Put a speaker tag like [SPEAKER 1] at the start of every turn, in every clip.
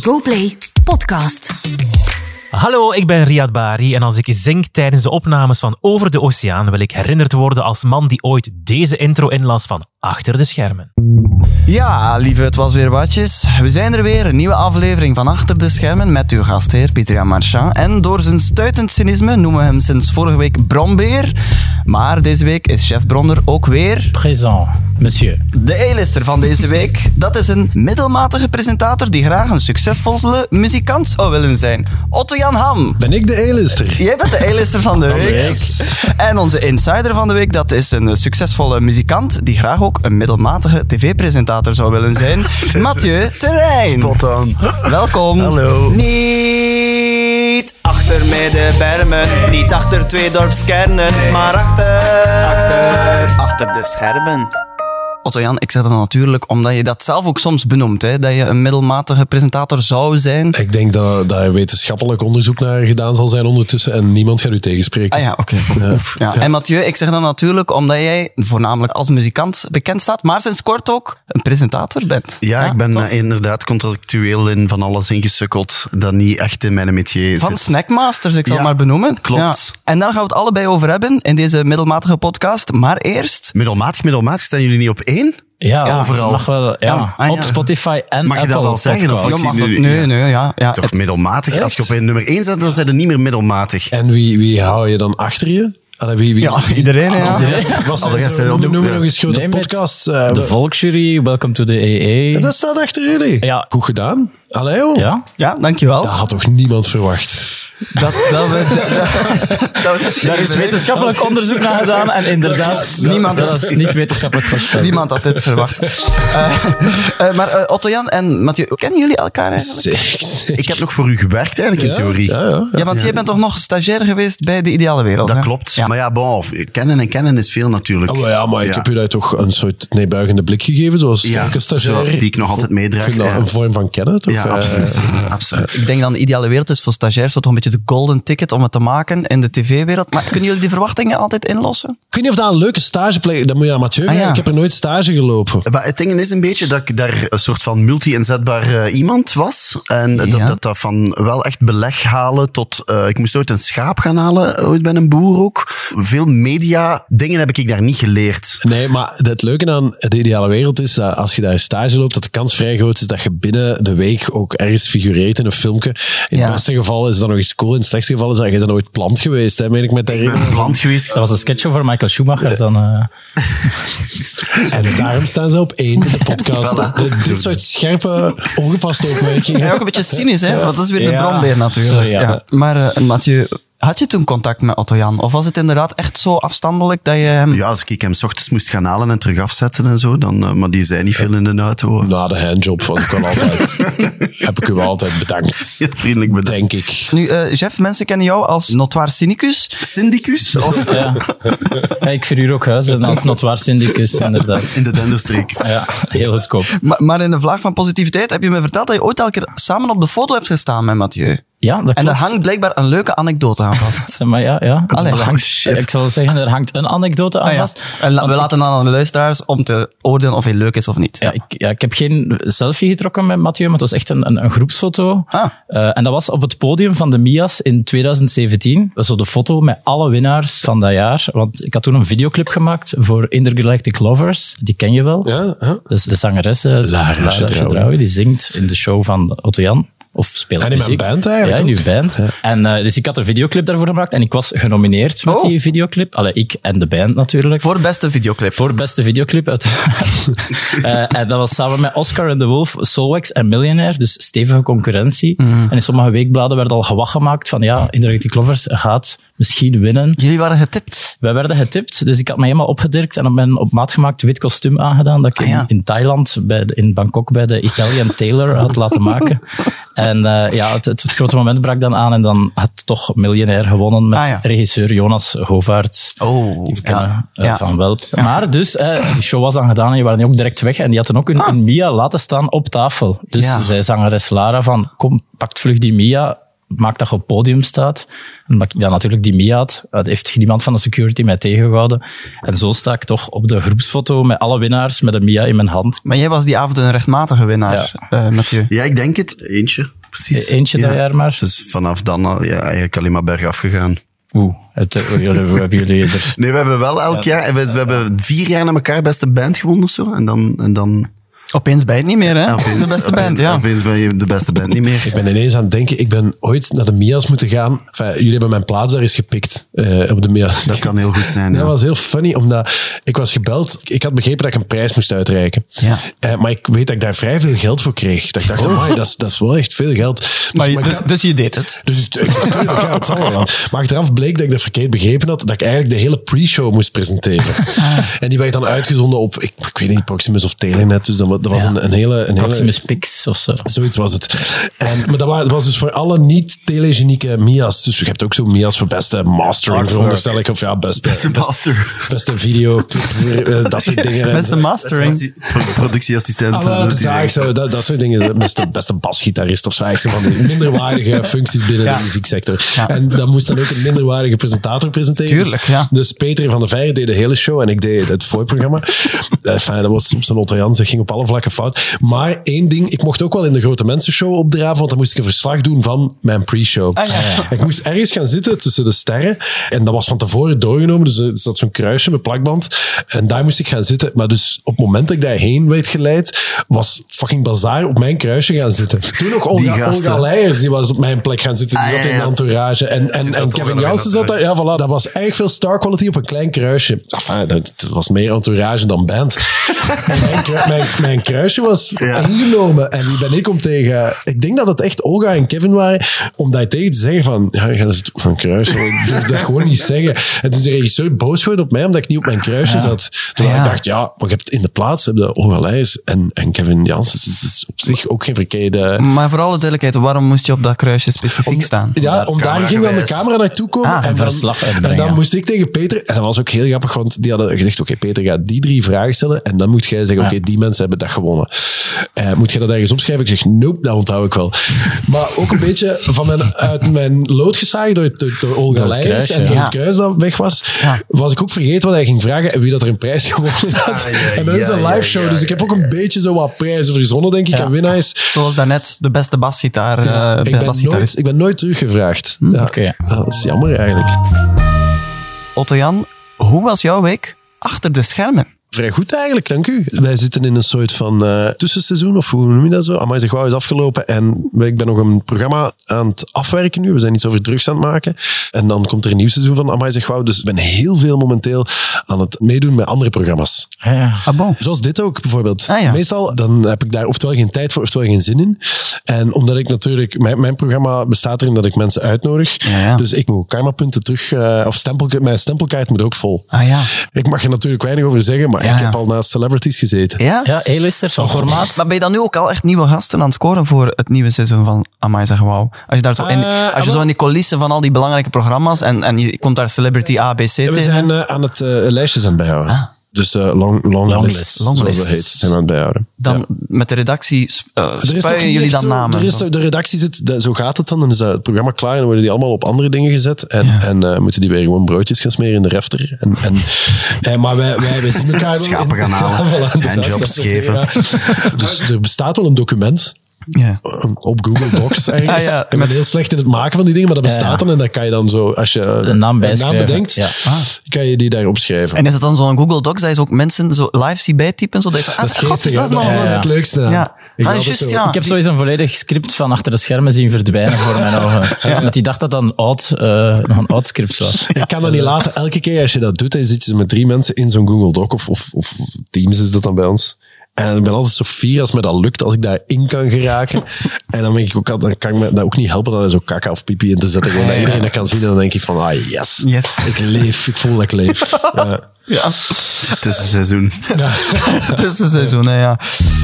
[SPEAKER 1] GoPlay Podcast.
[SPEAKER 2] Hallo, ik ben Riyad Bari en als ik zing tijdens de opnames van Over de Oceaan wil ik herinnerd worden als man die ooit deze intro inlas van achter de schermen.
[SPEAKER 3] Ja, lieve, het was weer watjes. We zijn er weer, een nieuwe aflevering van Achter de Schermen met uw gastheer Pieter-Jan Marchand. En door zijn stuitend cynisme noemen we hem sinds vorige week Brombeer. Maar deze week is chef Bronder ook weer
[SPEAKER 4] Présent, monsieur.
[SPEAKER 3] de A-lister van deze week. Dat is een middelmatige presentator die graag een succesvolle muzikant zou willen zijn. Otto-Jan Ham.
[SPEAKER 5] Ben ik de A-lister?
[SPEAKER 3] Jij bent de A-lister van de week. En onze insider van de week, dat is een eh, succesvolle muzikant die graag ook een middelmatige tv-presentator zou willen zijn. Mathieu Terrein.
[SPEAKER 5] Spot on.
[SPEAKER 3] Welkom.
[SPEAKER 5] Hallo.
[SPEAKER 3] Niet achter middenbermen, niet achter twee dorpskernen, maar achter, achter, achter de schermen. Otto-Jan, ik zeg dat natuurlijk omdat je dat zelf ook soms benoemt, hè? dat je een middelmatige presentator zou zijn.
[SPEAKER 5] Ik denk dat daar wetenschappelijk onderzoek naar gedaan zal zijn ondertussen en niemand gaat u tegenspreken.
[SPEAKER 3] Ah ja, oké. Oef, Ja. En Mathieu, ik zeg dat natuurlijk omdat jij voornamelijk als muzikant bekend staat, maar sinds kort ook een presentator bent.
[SPEAKER 6] Ja, ik ben
[SPEAKER 3] toch?
[SPEAKER 6] eh, inderdaad contractueel in van alles ingesukkeld dat niet echt in mijn métier
[SPEAKER 3] Van
[SPEAKER 6] zit.
[SPEAKER 3] Snackmasters, ik zal
[SPEAKER 6] Ja,
[SPEAKER 3] maar benoemen.
[SPEAKER 6] klopt.
[SPEAKER 3] En daar gaan we het allebei over hebben in deze middelmatige podcast. Maar eerst...
[SPEAKER 6] Middelmatig, middelmatig, staan jullie niet op één?
[SPEAKER 4] Ja,
[SPEAKER 3] Ja,
[SPEAKER 4] dat
[SPEAKER 3] vooral.
[SPEAKER 4] Mag wel, ja.
[SPEAKER 3] Ja, ah, ja.
[SPEAKER 4] Op Spotify en
[SPEAKER 6] Mag je dat
[SPEAKER 4] Apple
[SPEAKER 6] wel zeggen, of
[SPEAKER 4] Podcasts.
[SPEAKER 6] is
[SPEAKER 3] Ja,
[SPEAKER 6] die
[SPEAKER 3] mag dat-
[SPEAKER 6] nu-
[SPEAKER 3] nee, nee, ja. ja.
[SPEAKER 6] Toch
[SPEAKER 3] Het-
[SPEAKER 6] middelmatig? Als je op één nummer één zet, dan zijn er niet meer middelmatig.
[SPEAKER 5] En wie, wie hou je dan achter je? Allee, wie, wie,
[SPEAKER 3] ja, iedereen, ja.
[SPEAKER 5] De rest, was
[SPEAKER 6] Al de rest,
[SPEAKER 5] zo-
[SPEAKER 6] eh,
[SPEAKER 5] noem,
[SPEAKER 6] de-
[SPEAKER 5] noem
[SPEAKER 6] ja.
[SPEAKER 5] nog eens grote
[SPEAKER 4] Nee, met
[SPEAKER 5] podcasts. eh,
[SPEAKER 4] De Volksjury, Welcome to the EE.
[SPEAKER 5] dat staat achter jullie.
[SPEAKER 4] Ja.
[SPEAKER 5] Goed gedaan. Allee, joh.
[SPEAKER 4] Ja,
[SPEAKER 3] Ja, dankjewel.
[SPEAKER 5] Dat had toch niemand verwacht?
[SPEAKER 3] Dat, dat, we- dat, dat,
[SPEAKER 4] daar is wetenschappelijk onderzoek naar gedaan en inderdaad,
[SPEAKER 3] niemand-
[SPEAKER 4] niemand dat is niet wetenschappelijk voorspeld.
[SPEAKER 3] Niemand had dit verwacht. Eh, eh, maar eh, Otto-Jan en Mathieu, kennen jullie elkaar eigenlijk?
[SPEAKER 5] Zeker.
[SPEAKER 6] Ik heb nog voor u gewerkt eigenlijk in theorie.
[SPEAKER 5] Ja, ja.
[SPEAKER 3] Ja, want jij bent toch nog stagiair geweest bij De Ideale Wereld?
[SPEAKER 6] Dat
[SPEAKER 3] hè?
[SPEAKER 6] klopt.
[SPEAKER 3] Ja.
[SPEAKER 6] Maar ja, bon, kennen en kennen is veel natuurlijk.
[SPEAKER 5] Oh, maar ja, maar ik
[SPEAKER 6] Ja.
[SPEAKER 5] heb u daar toch een soort neebuigende blik gegeven, zoals
[SPEAKER 6] Ja,
[SPEAKER 5] elke stagiair.
[SPEAKER 6] zo, die ik nog altijd meedraag,
[SPEAKER 5] Ik vind dat
[SPEAKER 6] ja.
[SPEAKER 5] een vorm van kennen, toch?
[SPEAKER 6] Ja,
[SPEAKER 5] Eh,
[SPEAKER 6] absoluut. absoluut.
[SPEAKER 3] Ik denk dan de ideale wereld is voor stagiairs toch een beetje de golden ticket om het te maken in de tv-wereld. Maar kunnen jullie die verwachtingen altijd inlossen?
[SPEAKER 5] Ik weet niet of dat een leuke stageplek... Dat moet je aan Mathieu vragen.
[SPEAKER 3] Ah, ja.
[SPEAKER 5] Ik heb er nooit stage gelopen.
[SPEAKER 6] Maar het ding is een beetje dat ik daar een soort van multi-inzetbaar eh, iemand was. En
[SPEAKER 3] Ja.
[SPEAKER 6] dat, dat dat van wel echt beleg halen tot... eh, ik moest ooit een schaap gaan halen, ooit bij een boer ook. Veel media dingen heb ik daar niet geleerd.
[SPEAKER 5] Nee, maar het leuke aan de ideale wereld is dat als je daar stage loopt, dat de kans vrij groot is dat je binnen de week ook ergens figureert in een filmpje. In
[SPEAKER 3] Ja.
[SPEAKER 5] het beste geval is dat nog eens cool, in het slechtste geval is dat je dan ooit plant geweest, hè, meen ik met de
[SPEAKER 6] Ik ben een brand geweest.
[SPEAKER 4] Dat was een sketch over Michael Schumacher. Dan, eh,
[SPEAKER 5] En daarom staan ze op één in de podcast.
[SPEAKER 6] Voilà.
[SPEAKER 5] Dit- dit soort scherpe, ongepaste opmerkingen.
[SPEAKER 3] Ja, ook een beetje cynisch, hè? Want dat is weer de
[SPEAKER 4] Ja.
[SPEAKER 3] brandweer natuurlijk.
[SPEAKER 4] Sorry, ja.
[SPEAKER 3] Maar eh, Mathieu, had je toen contact met Otto-Jan? Of was het inderdaad echt zo afstandelijk dat je hem...
[SPEAKER 6] Ja, als ik hem 's ochtends moest gaan halen en terug afzetten en zo, dan, eh, maar die zijn niet veel in de auto.
[SPEAKER 5] Na de handjob was ik wel altijd, heb ik u wel altijd bedankt,
[SPEAKER 6] Ja, vriendelijk bedankt.
[SPEAKER 5] denk ik.
[SPEAKER 3] Nu, eh Jeff, mensen kennen jou als notoire cynicus.
[SPEAKER 6] Syndicus? Of
[SPEAKER 4] ja. Ja, ik verhuur ook huizen als notwaar syndicus, inderdaad.
[SPEAKER 6] in de denderstreek?
[SPEAKER 4] Ja, heel goedkoop.
[SPEAKER 3] Maar, maar in een vlaag van positiviteit heb je me verteld dat je ooit elke keer samen op de foto hebt gestaan met Mathieu.
[SPEAKER 4] Ja, dat
[SPEAKER 3] En
[SPEAKER 4] klopt.
[SPEAKER 3] daar hangt blijkbaar een leuke anekdote aan vast.
[SPEAKER 4] Maar ja, ja.
[SPEAKER 3] Allee,
[SPEAKER 4] Er hangt- Ik zal zeggen, er hangt een anekdote aan
[SPEAKER 3] Ah, ja.
[SPEAKER 4] vast.
[SPEAKER 3] En la- we
[SPEAKER 4] Want
[SPEAKER 3] laten dan aan de luisteraars om te oordelen of hij leuk is of niet.
[SPEAKER 4] Ja, ik, ja, ik heb geen selfie getrokken met Mathieu, maar het was echt een, een, een groepsfoto.
[SPEAKER 3] Ah.
[SPEAKER 4] Eh, en dat was op het podium van de Mias in 2017. Zo de foto met alle winnaars van dat jaar. Want ik had toen een videoclip gemaakt voor Intergalactic Lovers. Die ken je wel.
[SPEAKER 5] Ja, hè?
[SPEAKER 4] Dat is de zangeres eh,
[SPEAKER 5] Lara Chedraoui.
[SPEAKER 4] Chedraoui, Die zingt in de show van Otto Jan. Of speelt
[SPEAKER 5] En in mijn
[SPEAKER 4] muziek.
[SPEAKER 5] band eigenlijk
[SPEAKER 4] Ja, in uw
[SPEAKER 5] ook.
[SPEAKER 4] band. En, eh, dus ik had een videoclip daarvoor gemaakt en ik was genomineerd met
[SPEAKER 3] Oh.
[SPEAKER 4] die videoclip. Allee, ik en de band natuurlijk.
[SPEAKER 3] Voor beste videoclip.
[SPEAKER 4] Voor beste videoclip, uiteraard. Eh, en dat was samen met Oscar en de Wolf, Solwax en Millionaire. Dus stevige concurrentie.
[SPEAKER 3] Mhm.
[SPEAKER 4] En in sommige weekbladen werd al gewacht gemaakt van ja, Interactive Clovers gaat misschien winnen.
[SPEAKER 3] Jullie waren getipt.
[SPEAKER 4] Wij werden getipt, dus ik had me helemaal opgedirkt en op mijn op maat gemaakt wit kostuum aangedaan dat ik
[SPEAKER 3] Ah, ja.
[SPEAKER 4] in, in Thailand, bij de- in Bangkok, bij de Italian Tailor had laten maken. En eh, ja, het, het, het grote moment brak dan aan en dan had toch Miljonair gewonnen met
[SPEAKER 3] Ah, ja.
[SPEAKER 4] regisseur Jonas Hovaert.
[SPEAKER 3] Oh,
[SPEAKER 4] Die we
[SPEAKER 3] ja.
[SPEAKER 4] kennen eh,
[SPEAKER 3] Ja.
[SPEAKER 4] van wel. Maar dus, eh, die show was dan gedaan en die waren ook direct weg. En die hadden ook hun, hun Mia laten staan op tafel. Dus
[SPEAKER 3] Ja.
[SPEAKER 4] zij zangeres Lara van, kom, pakt vlug die Mia. maakt dat je op het podium staat. En dat ik dan natuurlijk die mee had. Dat heeft niemand van de security mij tegengehouden. En zo sta ik toch op de groepsfoto met alle winnaars met een Mia in mijn hand.
[SPEAKER 3] Maar jij was die avond een rechtmatige winnaar, eh Mathieu.
[SPEAKER 6] Ja, ik denk het. Eentje, precies.
[SPEAKER 4] E- Eentje
[SPEAKER 6] ja.
[SPEAKER 4] dat jaar maar.
[SPEAKER 6] Dus vanaf dan al, ja, eigenlijk alleen maar bergaf gegaan.
[SPEAKER 4] Oeh, het, eh, hoe jullie- hoe hebben jullie er...
[SPEAKER 6] Nee, we hebben wel elk jaar... We, we hebben vier jaar na elkaar beste band gewonnen of zo. En dan... En dan
[SPEAKER 3] Opeens bij het niet meer, hè?
[SPEAKER 6] opeens-
[SPEAKER 3] de beste
[SPEAKER 6] opeens-
[SPEAKER 3] band, ja.
[SPEAKER 6] Opeens ben je de beste band niet meer.
[SPEAKER 5] Ik ben ineens aan het denken, ik ben ooit naar de Mia's moeten gaan. Enfin, jullie hebben mijn plaats daar eens gepikt eh, op de Mia's.
[SPEAKER 6] Dat kan heel goed zijn,
[SPEAKER 5] Nee,
[SPEAKER 6] ja.
[SPEAKER 5] Dat was heel funny, omdat ik was gebeld. Ik had begrepen dat ik een prijs moest uitreiken.
[SPEAKER 3] Ja.
[SPEAKER 5] Eh, maar ik weet dat ik daar vrij veel geld voor kreeg. Dat ik dacht, amai, dat, is, dat is wel echt veel geld. Dus,
[SPEAKER 3] Maar, je-
[SPEAKER 5] maar ik
[SPEAKER 3] dus,
[SPEAKER 5] had-
[SPEAKER 3] dus je deed het.
[SPEAKER 5] dus het, ik, natuurlijk, ja, het zal wel. Maar achteraf bleek dat ik dat verkeerd begrepen had, dat ik eigenlijk de hele pre-show moest presenteren. En die werd dan uitgezonden op, ik, ik weet niet, Proximus of Telenet. Dus dat, wa- dat was een, een hele... Een hele
[SPEAKER 4] Proximus Pix of zo.
[SPEAKER 5] Zoiets was het. En, maar dat wa- dat was dus voor alle niet-telegenieke Mia's. Dus je hebt ook zo Mia's voor beste mastering,
[SPEAKER 4] Artwork.
[SPEAKER 5] veronderstel ik. Of ja, beste,
[SPEAKER 6] Beste
[SPEAKER 5] beste-
[SPEAKER 6] master.
[SPEAKER 5] beste video, eh, dat soort dingen.
[SPEAKER 6] dus-
[SPEAKER 3] Beste mastering.
[SPEAKER 6] Pro- Productieassistent. eh, dat
[SPEAKER 5] Alle,
[SPEAKER 6] doet
[SPEAKER 5] dat,
[SPEAKER 6] hij.
[SPEAKER 5] is zo, dat, dat soort dingen. Beste, beste basgitarist of zo. Eigenlijk zo van die minderwaardige functies binnen
[SPEAKER 3] Ja.
[SPEAKER 5] de muzieksector.
[SPEAKER 3] Ja.
[SPEAKER 5] En dan moest dan ook een minderwaardige presentator presenteren.
[SPEAKER 3] Tuurlijk,
[SPEAKER 5] Dus-
[SPEAKER 6] Ah.
[SPEAKER 3] ja.
[SPEAKER 5] Dus Peter van der Veire deed de hele show en ik deed het voorprogramma. Eh, Fijn, dat was soms een Otto Jans. Dat ging op alle vlakken fout. Maar één ding, ik mocht ook wel in de grote mensenshow opdraven, want dan moest ik een verslag doen van mijn pre-show.
[SPEAKER 3] Ah, ja.
[SPEAKER 5] Ik moest ergens gaan zitten tussen de sterren. En dat was van tevoren doorgenomen. Dus er zat zo'n kruisje met plakband. En daar moest ik gaan zitten. Maar dus op het moment dat ik daarheen werd geleid, was fucking Bazaar op mijn kruisje gaan zitten. Toen nog
[SPEAKER 6] Die
[SPEAKER 5] Olga,
[SPEAKER 6] gasten.
[SPEAKER 5] Olga Leijers, die was op mijn plek gaan zitten. Die
[SPEAKER 6] Ah,
[SPEAKER 5] zat
[SPEAKER 6] ja,
[SPEAKER 5] in de
[SPEAKER 6] ja.
[SPEAKER 5] entourage. En, en,
[SPEAKER 6] zit
[SPEAKER 5] en
[SPEAKER 6] dat toch
[SPEAKER 5] Kevin
[SPEAKER 6] wel in
[SPEAKER 5] Jansen zat daar.
[SPEAKER 6] entourage.
[SPEAKER 5] Ja, voilà. Dat was erg veel star quality op een klein kruisje. Enfin, dat, dat was meer entourage dan band. En mijn, kru- mijn, mijn kruisje was
[SPEAKER 6] Ja.
[SPEAKER 5] ingenomen. En wie ben ik om tegen... Ik denk dat het echt Olga en Kevin waren, om daar tegen te zeggen van... Ja, ik ga eens op mijn kruisje. Ik durf dat gewoon niet zeggen. En toen is de regisseur boos geworden op mij, omdat ik niet op mijn kruisje zat. Terwijl
[SPEAKER 3] Ja.
[SPEAKER 5] ik dacht, ja, maar je hebt in de plaats heb je Olga Leijs en, en Kevin Jansen. Dus dat is op zich ook geen verkeerde...
[SPEAKER 3] Maar voor alle duidelijkheid, waarom moest je op dat kruisje specifiek staan?
[SPEAKER 5] Ja, om daar ging dan de camera naartoe komen.
[SPEAKER 3] Ah,
[SPEAKER 5] dan-
[SPEAKER 4] verslag uitbrengen.
[SPEAKER 5] en dan moest ik tegen Peter... En dat was ook heel grappig, want die hadden gezegd... Oké, Peter, ga die drie vragen stellen. En dan moet jij zeggen... Oké, die mensen hebben dat gewonnen. Eh, moet jij dat ergens opschrijven? Ik zeg, nope, dat onthoud ik wel. Maar ook een beetje van mijn, uit mijn lood gezaagd door, door, door Olga
[SPEAKER 4] Door het
[SPEAKER 5] Leijers.
[SPEAKER 4] kruis,
[SPEAKER 5] en
[SPEAKER 4] ja.
[SPEAKER 5] door het
[SPEAKER 3] Ja.
[SPEAKER 5] kruis dat weg was.
[SPEAKER 3] Ja.
[SPEAKER 5] Was ik ook vergeten wat hij ging vragen. En wie dat er een prijs gewonnen had.
[SPEAKER 6] Ah, ja,
[SPEAKER 5] en dat is
[SPEAKER 6] ja,
[SPEAKER 5] een
[SPEAKER 6] ja,
[SPEAKER 5] live show.
[SPEAKER 6] ja,
[SPEAKER 5] dus ik heb ook een beetje zo wat prijzen verzonnen, denk ik. En winnaars...
[SPEAKER 3] Zoals daarnet, de beste basgitaar. eh,
[SPEAKER 5] ik, ben
[SPEAKER 3] basgitarist.
[SPEAKER 5] nooit, ik ben nooit teruggevraagd. Ja.
[SPEAKER 4] Oké.
[SPEAKER 5] Dat is jammer eigenlijk.
[SPEAKER 3] Otto-Jan, hoe was jouw week achter de schermen?
[SPEAKER 5] Vrij goed eigenlijk, dank u. Wij zitten in een soort van eh, tussenseizoen, of hoe noem je dat zo? Amai, zeg, wauw, is afgelopen en ik ben nog een programma aan het afwerken nu. We zijn iets over drugs aan het maken. En dan komt er een nieuw seizoen van Amai, zeg, wauw. Dus ik ben heel veel momenteel aan het meedoen met andere programma's.
[SPEAKER 4] Ja.
[SPEAKER 3] Ah bon.
[SPEAKER 5] Zoals dit ook bijvoorbeeld.
[SPEAKER 3] Ah, ja.
[SPEAKER 5] Meestal dan heb ik daar oftewel geen tijd voor, oftewel geen zin in. En omdat ik natuurlijk, mijn, mijn programma bestaat erin dat ik mensen uitnodig.
[SPEAKER 3] Ja, ja.
[SPEAKER 5] Dus ik moet karmapunten terug, eh, of stempel, mijn stempelkaart moet ook vol.
[SPEAKER 3] Ah ja.
[SPEAKER 5] Ik mag er natuurlijk weinig over zeggen, maar
[SPEAKER 3] Ja,
[SPEAKER 5] ik
[SPEAKER 3] ja.
[SPEAKER 5] heb al naast celebrities gezeten.
[SPEAKER 3] Ja?
[SPEAKER 4] Ja, A-listers van formaat.
[SPEAKER 3] Maar ben je dan nu ook al echt nieuwe gasten aan het scoren voor het nieuwe seizoen van Amai Zeg Wauw? Als je, daar zo in,
[SPEAKER 5] Eh,
[SPEAKER 3] als je zo in die coulissen van al die belangrijke programma's en, en je komt daar Celebrity ABC
[SPEAKER 5] En
[SPEAKER 3] tegen.
[SPEAKER 5] we zijn eh, aan het eh, lijstjes aan het bijhouden.
[SPEAKER 3] Ah.
[SPEAKER 5] Dus eh, long, long,
[SPEAKER 4] Long
[SPEAKER 5] list,
[SPEAKER 4] list,
[SPEAKER 3] long
[SPEAKER 5] zoals dat
[SPEAKER 3] lists.
[SPEAKER 5] heet, zijn we aan het bijhouden.
[SPEAKER 3] Dan
[SPEAKER 5] Ja.
[SPEAKER 3] met de redactie sp- eh,
[SPEAKER 5] Er is toch
[SPEAKER 3] spuien
[SPEAKER 5] niet
[SPEAKER 3] jullie
[SPEAKER 5] echt
[SPEAKER 3] dan
[SPEAKER 5] zo-
[SPEAKER 3] namen.
[SPEAKER 5] Er is, zo- de redactie zit, de- zo gaat het dan. Dan is dat het programma klaar en dan worden die allemaal op andere dingen gezet. En, en eh, moeten die weer gewoon broodjes gaan smeren in de refter. En, en, eh, maar wij, wij, wij zien elkaar wel.
[SPEAKER 6] Schapen gaan halen,
[SPEAKER 5] voilà, inderdaad,
[SPEAKER 6] handjobs
[SPEAKER 5] dat soort
[SPEAKER 6] geven.
[SPEAKER 5] dingen, ja. Dus er bestaat wel een document.
[SPEAKER 3] Ja.
[SPEAKER 5] eh, Op Google Docs eigenlijk.
[SPEAKER 3] Ah, ja.
[SPEAKER 5] Ik ben heel slecht in het maken van die dingen, maar dat bestaat
[SPEAKER 4] ja.
[SPEAKER 5] dan. En dan kan je dan zo, als je een
[SPEAKER 4] naam bijschrijven,
[SPEAKER 5] bedenkt,
[SPEAKER 4] ja. Ah.
[SPEAKER 5] kan je die daar opschrijven.
[SPEAKER 3] En is het dan zo'n Google Docs dat je zo ook mensen zo live ziet bijtypen? Zodat je, zo,
[SPEAKER 5] dat is
[SPEAKER 3] ah, god,
[SPEAKER 5] geestig,
[SPEAKER 3] dat is
[SPEAKER 5] hè?
[SPEAKER 3] nog
[SPEAKER 5] Dat
[SPEAKER 3] wel-
[SPEAKER 5] is
[SPEAKER 4] Ja.
[SPEAKER 5] het leukste.
[SPEAKER 3] Ja.
[SPEAKER 5] Ik
[SPEAKER 3] Ah,
[SPEAKER 5] had het
[SPEAKER 3] juist,
[SPEAKER 5] zo-
[SPEAKER 3] ja.
[SPEAKER 4] Ik heb sowieso een volledig script van achter de schermen zien verdwijnen voor mijn ogen. Want die dacht dat dat een oud, eh, nog een oud script was.
[SPEAKER 5] Ik kan dat niet laten. Elke keer als je dat doet, dan zit je met drie mensen in zo'n Google Doc of, of, of Teams is dat dan bij ons. En ik ben altijd zo fier als me dat lukt, als ik daarin kan geraken. En dan denk ik ook altijd, dan kan ik me dat ook niet helpen dan er zo kakka of pipi in te zetten. Gewoon dat iedereen dat kan zien en dan denk ik van, ah yes.
[SPEAKER 3] Yes.
[SPEAKER 5] Ik leef, ik voel dat ik leef. Ja.
[SPEAKER 3] Ja,
[SPEAKER 6] Tussenseizoen.
[SPEAKER 3] het is een seizoen, hè, ja.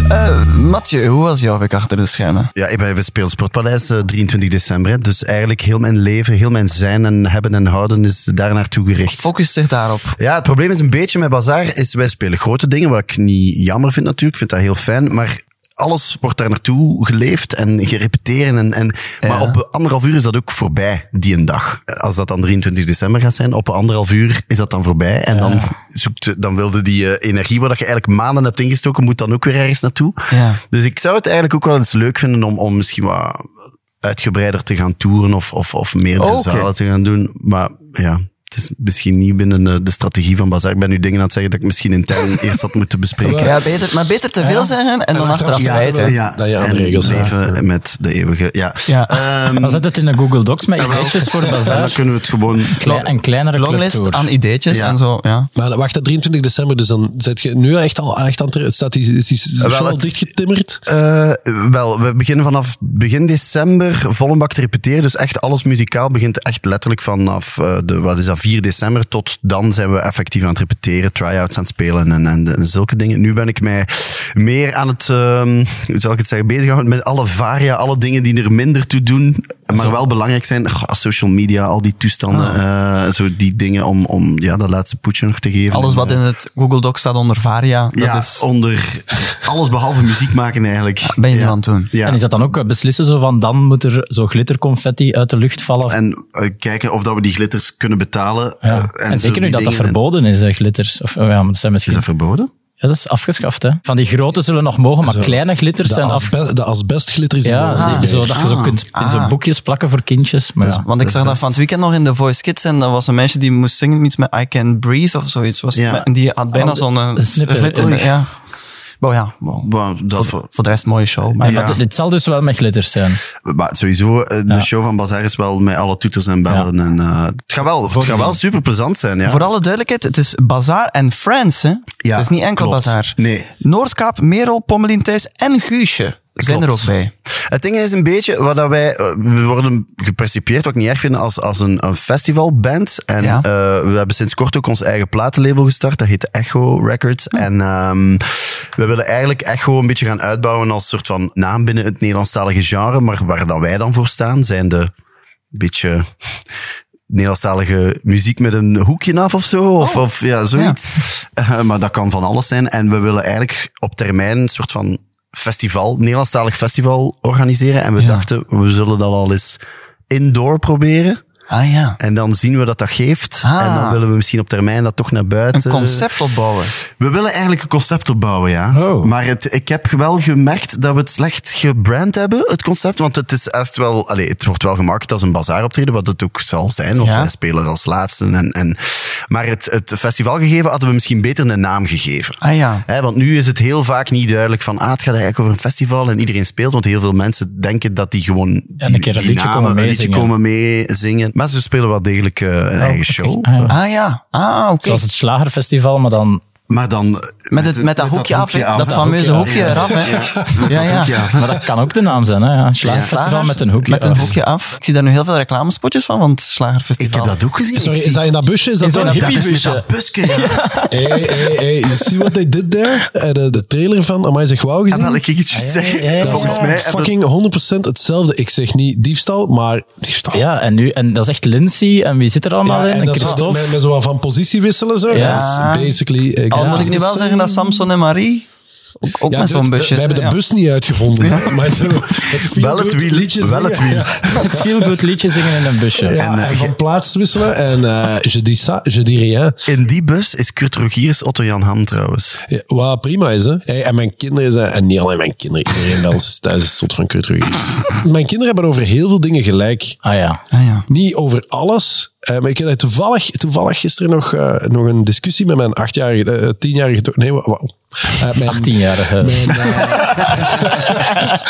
[SPEAKER 3] Eh Mathieu, hoe was jouw week achter de schermen?
[SPEAKER 6] Ja, ik ben bij Speelsportpaleis eh, 23 december. hè. Dus eigenlijk heel mijn leven, heel mijn zijn en hebben en houden is daar naartoe gericht.
[SPEAKER 3] Focus zich daarop.
[SPEAKER 6] Ja, het probleem is een beetje met Bazaar. Is wij spelen grote dingen, wat ik niet jammer vind natuurlijk. Ik vind dat heel fijn. Maar alles wordt daar naartoe geleefd en gerepeteren. En, en, Maar op anderhalf uur is dat ook voorbij, die een dag. Als dat dan 23 december gaat zijn, op anderhalf uur is dat dan voorbij. En dan, zoekt, dan wilde die eh, energie waar dat je eigenlijk maanden hebt ingestoken, moet dan ook weer ergens naartoe.
[SPEAKER 3] Ja.
[SPEAKER 6] Dus ik zou het eigenlijk ook wel eens leuk vinden om, om misschien wat uitgebreider te gaan toeren of, of, of meerdere
[SPEAKER 3] Oh, oké.
[SPEAKER 6] zalen te gaan doen. Maar ja, het is misschien niet binnen eh, de strategie van Bazaar. Ik ben nu dingen aan het zeggen dat ik misschien intern eerst had moeten bespreken.
[SPEAKER 3] Ja, beter, maar beter te veel zeggen en, dan achteraf
[SPEAKER 5] achteraf
[SPEAKER 3] spijten.
[SPEAKER 5] spijten. Dat je aan de
[SPEAKER 6] en
[SPEAKER 5] regels
[SPEAKER 6] leven met de eeuwige. Ja.
[SPEAKER 3] Ja.
[SPEAKER 6] Ehm,
[SPEAKER 4] Dan zet het in een Google Docs met ideetjes voor
[SPEAKER 6] en dan
[SPEAKER 4] bazaar.
[SPEAKER 6] kunnen we het gewoon...
[SPEAKER 4] Klei- een kleinere
[SPEAKER 3] Longlist
[SPEAKER 4] clubtour.
[SPEAKER 3] aan ideetjes
[SPEAKER 6] Ja.
[SPEAKER 3] en zo. Ja.
[SPEAKER 5] Maar wacht, dat 23 december, dus dan zet je nu echt al echt aan het... het Staat die, is die
[SPEAKER 6] Eh, Wel,
[SPEAKER 5] show al
[SPEAKER 6] het-
[SPEAKER 5] dichtgetimmerd?
[SPEAKER 6] Eh, wel, we beginnen vanaf begin december volle bak te repeteren. Dus echt alles muzikaal begint echt letterlijk vanaf eh, de, wat is dat, 4 december tot dan zijn we effectief aan het repeteren, try-outs aan het spelen en, en, en zulke dingen. Nu ben ik mij meer aan het, ehm, hoe zal ik het zeggen, bezighouden met alle varia, alle dingen die er minder toe doen, maar wel belangrijk zijn. Goh, social media, al die toestanden, eh, zo die dingen om, om ja, dat laatste poetje nog te geven.
[SPEAKER 3] Ah.
[SPEAKER 6] Eh,
[SPEAKER 3] Alles wat in het Google Doc staat onder Varia, dat
[SPEAKER 6] ja,
[SPEAKER 3] is, Ah,
[SPEAKER 6] onder alles behalve muziek maken eigenlijk.
[SPEAKER 3] ben je nu
[SPEAKER 6] Ja.
[SPEAKER 3] aan het doen.
[SPEAKER 6] Ja.
[SPEAKER 4] En is dat dan ook eh, beslissen zo van dan moet er zo glitterconfetti uit de lucht vallen?
[SPEAKER 6] En eh, kijken of dat we die glitters kunnen betalen.
[SPEAKER 4] Ja.
[SPEAKER 6] eh,
[SPEAKER 4] En,
[SPEAKER 6] zo
[SPEAKER 4] zeker nu
[SPEAKER 6] die
[SPEAKER 4] dat dat
[SPEAKER 6] dingen. Dus-
[SPEAKER 4] verboden is, hè, glitters. Of, oh ja, maar dat zijn misschien...
[SPEAKER 6] Is dat verboden?
[SPEAKER 4] Ja, dat is afgeschaft, hè. Van die grote zullen nog mogen, maar kleine glitters
[SPEAKER 5] De,
[SPEAKER 4] zijn af...
[SPEAKER 5] asbe de asbestglitter is
[SPEAKER 4] Ja,
[SPEAKER 5] enorm.
[SPEAKER 4] die- zo dat je zo
[SPEAKER 6] Ah.
[SPEAKER 4] kunt in zo'n boekjes plakken voor kindjes. Maar ja.
[SPEAKER 3] Dus- Want ik zag dat van het weekend nog in The Voice Kids en dat was een meisje die moest zingen iets met I Can Breathe of zoiets. Was
[SPEAKER 6] Ja.
[SPEAKER 3] met- en die had bijna zo'n eh,
[SPEAKER 4] een snipper.
[SPEAKER 3] glitter.
[SPEAKER 4] Oei.
[SPEAKER 3] Ja. Wow, ja. wow.
[SPEAKER 6] Wauw, dat ver-
[SPEAKER 3] Voor de rest mooie show. Maar
[SPEAKER 4] Maar dit- dit zal dus wel met glitters zijn.
[SPEAKER 6] Maar sowieso, eh, de show van Bazaar is wel met alle toeters en bellen. En, eh, het gaat wel, het gaat wel super plezant zijn. Ja.
[SPEAKER 3] Voor alle duidelijkheid, het is Bazaar en Friends. Hè?
[SPEAKER 6] Ja,
[SPEAKER 3] het is niet enkel
[SPEAKER 6] klopt.
[SPEAKER 3] Bazaar.
[SPEAKER 6] Nee.
[SPEAKER 3] Noordkaap, Merel, Pommelien, Thijs en Guusje zijn er
[SPEAKER 6] Klopt.
[SPEAKER 3] ook bij.
[SPEAKER 6] Het ding is een beetje wat dat wij. eh, We worden gepercipieerd, wat ik niet erg vind, als, als een, een festivalband. En
[SPEAKER 3] Ja.
[SPEAKER 6] eh, we hebben sinds kort ook ons eigen platenlabel gestart. Dat heet Echo Records. En ehm, we willen eigenlijk Echo een beetje gaan uitbouwen als soort van naam binnen het Nederlandstalige genre. Maar waar dan wij dan voor staan, zijn de beetje. Nederlandstalige muziek met een hoekje af of zo. Of, of ja, zoiets. Eh, maar dat kan van alles zijn. En we willen eigenlijk op termijn een soort van festival, Nederlandstalig festival organiseren. En we dachten, we zullen dat al eens indoor proberen.
[SPEAKER 3] Ah ja.
[SPEAKER 6] En dan zien we dat dat geeft.
[SPEAKER 3] Ah.
[SPEAKER 6] En dan willen we misschien op termijn dat toch naar
[SPEAKER 3] Een
[SPEAKER 6] buiten.
[SPEAKER 3] concept opbouwen.
[SPEAKER 6] We willen eigenlijk een concept opbouwen, ja.
[SPEAKER 4] Oh.
[SPEAKER 6] Maar het, ik heb wel gemerkt dat we het slecht gebrand hebben, het concept. Want het is echt wel... Allee, het wordt wel gemarket als een bazaar optreden, wat het ook zal zijn. Want
[SPEAKER 3] Ja.
[SPEAKER 6] wij spelen als laatste. En, en, maar het, het festivalgegeven hadden we misschien beter een naam gegeven.
[SPEAKER 3] Ah ja.
[SPEAKER 6] Hè, want nu is het heel vaak niet duidelijk van, ah, het gaat eigenlijk over een festival en iedereen speelt, want heel veel mensen denken dat die gewoon die,
[SPEAKER 4] een keer een
[SPEAKER 6] die
[SPEAKER 4] liedje komen
[SPEAKER 6] een liedje
[SPEAKER 4] meezingen.
[SPEAKER 6] komen meezingen. Maar ze spelen wel degelijk eh, een eigen show.
[SPEAKER 4] Ah, ja.
[SPEAKER 3] Ah ja. Ah, oké.
[SPEAKER 4] Zoals het Slagerfestival, maar dan...
[SPEAKER 6] Maar dan...
[SPEAKER 3] Met, het, met dat hoekje af, hè. dat fameuze hoekje eraf. hè. Ja, ja.
[SPEAKER 6] Ja.
[SPEAKER 4] Maar dat kan ook de naam zijn, hè. Ja, een Slagerfestival
[SPEAKER 3] Slager
[SPEAKER 4] met een hoekje.
[SPEAKER 3] Met een
[SPEAKER 4] af.
[SPEAKER 3] hoekje af. Ik zie daar nu heel veel reclamespotjes van, want Slagerfestival.
[SPEAKER 6] Ik heb dat ook gezien.
[SPEAKER 5] Sorry,
[SPEAKER 6] Ik
[SPEAKER 5] is
[SPEAKER 6] zie-
[SPEAKER 5] dat in dat busje? Is dat
[SPEAKER 4] zo'n
[SPEAKER 5] dan-
[SPEAKER 6] dat is met
[SPEAKER 4] hippiebusje?
[SPEAKER 6] dat busje.
[SPEAKER 5] Hey, hey, hey, you see what they did there? Eh, De, de trailer van Amai zeg wauw
[SPEAKER 6] En Ah, wel,
[SPEAKER 5] gezien?
[SPEAKER 6] ik ging het juist zeggen.
[SPEAKER 4] ja, ja, ja.
[SPEAKER 6] Volgens mij... hebben-
[SPEAKER 5] Fucking 100% hetzelfde. Ik zeg niet diefstal, maar diefstal.
[SPEAKER 4] Ja, en, nu, en dat is echt Lindsay. En wie zit er allemaal
[SPEAKER 5] Ja,
[SPEAKER 4] in?
[SPEAKER 5] en dat is
[SPEAKER 4] Christophe.
[SPEAKER 5] met, met zo wat van positie wisselen zo.
[SPEAKER 4] Ja.
[SPEAKER 5] Dat is basically
[SPEAKER 3] Al
[SPEAKER 5] exactly
[SPEAKER 3] moet ik nu
[SPEAKER 5] the
[SPEAKER 3] wel
[SPEAKER 5] same.
[SPEAKER 3] zeggen dat Samson en Marie ook, ook
[SPEAKER 5] Ja,
[SPEAKER 3] met zo'n
[SPEAKER 5] dude,
[SPEAKER 3] busje...
[SPEAKER 5] We hebben de
[SPEAKER 3] ja.
[SPEAKER 5] bus niet uitgevonden. Maar zo, het
[SPEAKER 6] Wel het
[SPEAKER 5] feel-good
[SPEAKER 6] wiel.
[SPEAKER 5] liedje
[SPEAKER 6] Wel het
[SPEAKER 5] zingen,
[SPEAKER 6] wiel.
[SPEAKER 5] ja.
[SPEAKER 4] Het veel goed liedje zingen in een busje.
[SPEAKER 5] Ja, en,
[SPEAKER 6] En, eh,
[SPEAKER 5] van plaats wisselen. En eh je dis ça, je dis rien.
[SPEAKER 6] In die bus is Kurt Rogiers Otto-Jan Ham trouwens.
[SPEAKER 5] Ja, wat prima is, hè. Hey, en mijn kinderen zijn... En niet alleen mijn kinderen. Iedereen bij ons thuis is zot van kut Mijn kinderen hebben over heel veel dingen gelijk.
[SPEAKER 4] Ah ja.
[SPEAKER 3] Ah, ja.
[SPEAKER 5] Niet over alles. eh, maar ik had toevallig, toevallig gisteren nog, eh, nog een discussie met mijn achtjarige, eh, tienjarige... to- Nee, wa- wauw. Eh, mijn,
[SPEAKER 4] 18-jarige.
[SPEAKER 5] mijn, eh,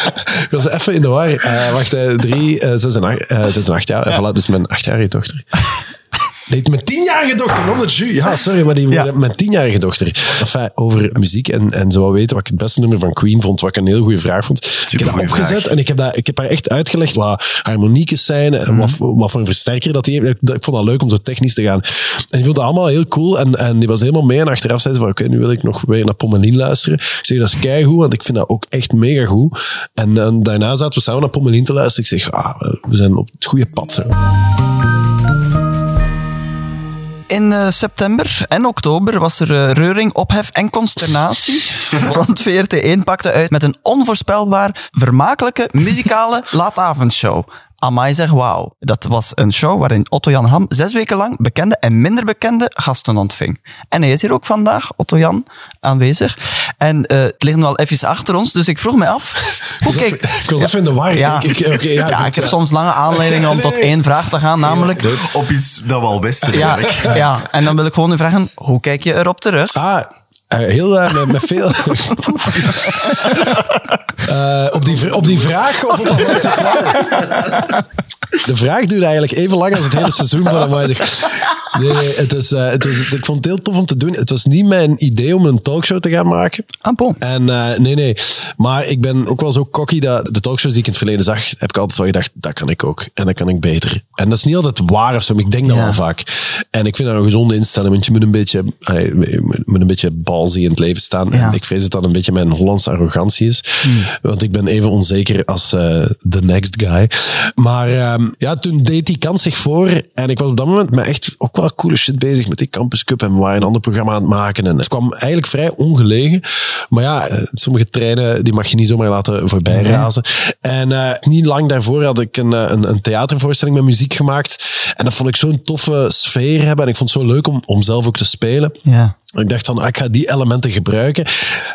[SPEAKER 5] ik was even in de war. Eh, wacht, eh, drie, eh, zes en acht, eh, zes en acht jaar. Eh, voilà, dus mijn achtjarige dochter. Nee, mijn tienjarige dochter, non het jus. Ja, sorry, maar die, mijn tienjarige dochter. Enfin, over muziek en, en zo wou weten wat ik het beste nummer van Queen vond, wat ik een heel goede vraag vond. ik heb dat
[SPEAKER 6] Supergoeie
[SPEAKER 5] opgezet
[SPEAKER 6] vraag.
[SPEAKER 5] en ik heb, dat, ik heb haar echt uitgelegd wat harmoniekes zijn en wat, voor- wat voor een versterker dat die heeft. Ik- Ik vond dat leuk om zo technisch te gaan. En die vond dat allemaal heel cool en, en die was helemaal mee. En achteraf zei ze van, oké, nu wil ik nog weer naar Pommelien luisteren. Ik zeg, dat is keigoed, want ik vind dat ook echt mega goed. En, en daarna zaten we samen naar Pommelien te luisteren. Ik zeg, ah, we zijn op het goede pad. Zo.
[SPEAKER 3] in eh, september en oktober was er eh, reuring, ophef en consternatie. Want VRT1 pakte uit met een onvoorspelbaar, vermakelijke, muzikale laatavondshow. Amai zeg wauw. Dat was een show waarin Otto-Jan Ham zes weken lang bekende en minder bekende gasten ontving. En hij is hier ook vandaag, Otto-Jan, aanwezig. En eh, het ligt nu al even achter ons, dus ik vroeg me af... Hoe
[SPEAKER 5] was
[SPEAKER 3] keek...
[SPEAKER 5] even- ik was even in de war. Ik- ik- oké, ja, eh,
[SPEAKER 3] ja,
[SPEAKER 5] goed,
[SPEAKER 3] ik heb
[SPEAKER 5] ja.
[SPEAKER 3] soms lange aanleidingen om tot
[SPEAKER 5] Nee.
[SPEAKER 3] één vraag te gaan, namelijk...
[SPEAKER 6] Op iets dat we al wisten.
[SPEAKER 3] Ja,
[SPEAKER 6] eigenlijk.
[SPEAKER 3] ja, en dan wil ik gewoon nu vragen, hoe kijk je erop terug?
[SPEAKER 5] Ah, eh, heel eh, met, met veel. Eh, op, die, vr- op die vraag of het Amai zich wou. De vraag duurde eigenlijk even lang als het hele seizoen van Amai zich. Nee, nee, het is, eh, het was, ik vond het heel tof om te doen. Het was niet mijn idee om een talkshow te gaan maken.
[SPEAKER 3] Ah, bon.
[SPEAKER 5] En eh, nee, nee. Maar ik ben ook wel zo cocky dat de talkshows die ik in het verleden zag, heb ik altijd wel gedacht, dat kan ik ook. En dat kan ik beter. En dat is niet altijd waar of zo, maar ik denk dat wel vaak. En ik vind dat een gezonde instelling, want je moet een beetje, allee, je moet- moet een beetje balzy in het leven staan. En ik vrees dat dat een beetje mijn Hollandse arrogantie is. Want ik ben even onzeker als eh, de next guy. Maar ehm, ja, toen deed die kans zich voor. En ik was op dat moment me echt ook wel coole shit bezig met die Campus Cup. En we waren een ander programma aan het maken. En het kwam eigenlijk vrij ongelegen. Maar ja, eh, sommige treinen die mag je niet zomaar laten voorbij razen. En eh, niet lang daarvoor had ik een, eh, een, een theatervoorstelling met muziek gemaakt. En dat vond ik zo'n toffe sfeer hebben. En ik vond het zo leuk om, om zelf ook te spelen.
[SPEAKER 3] Ja.
[SPEAKER 5] Ik dacht van, ah, ik ga die elementen gebruiken.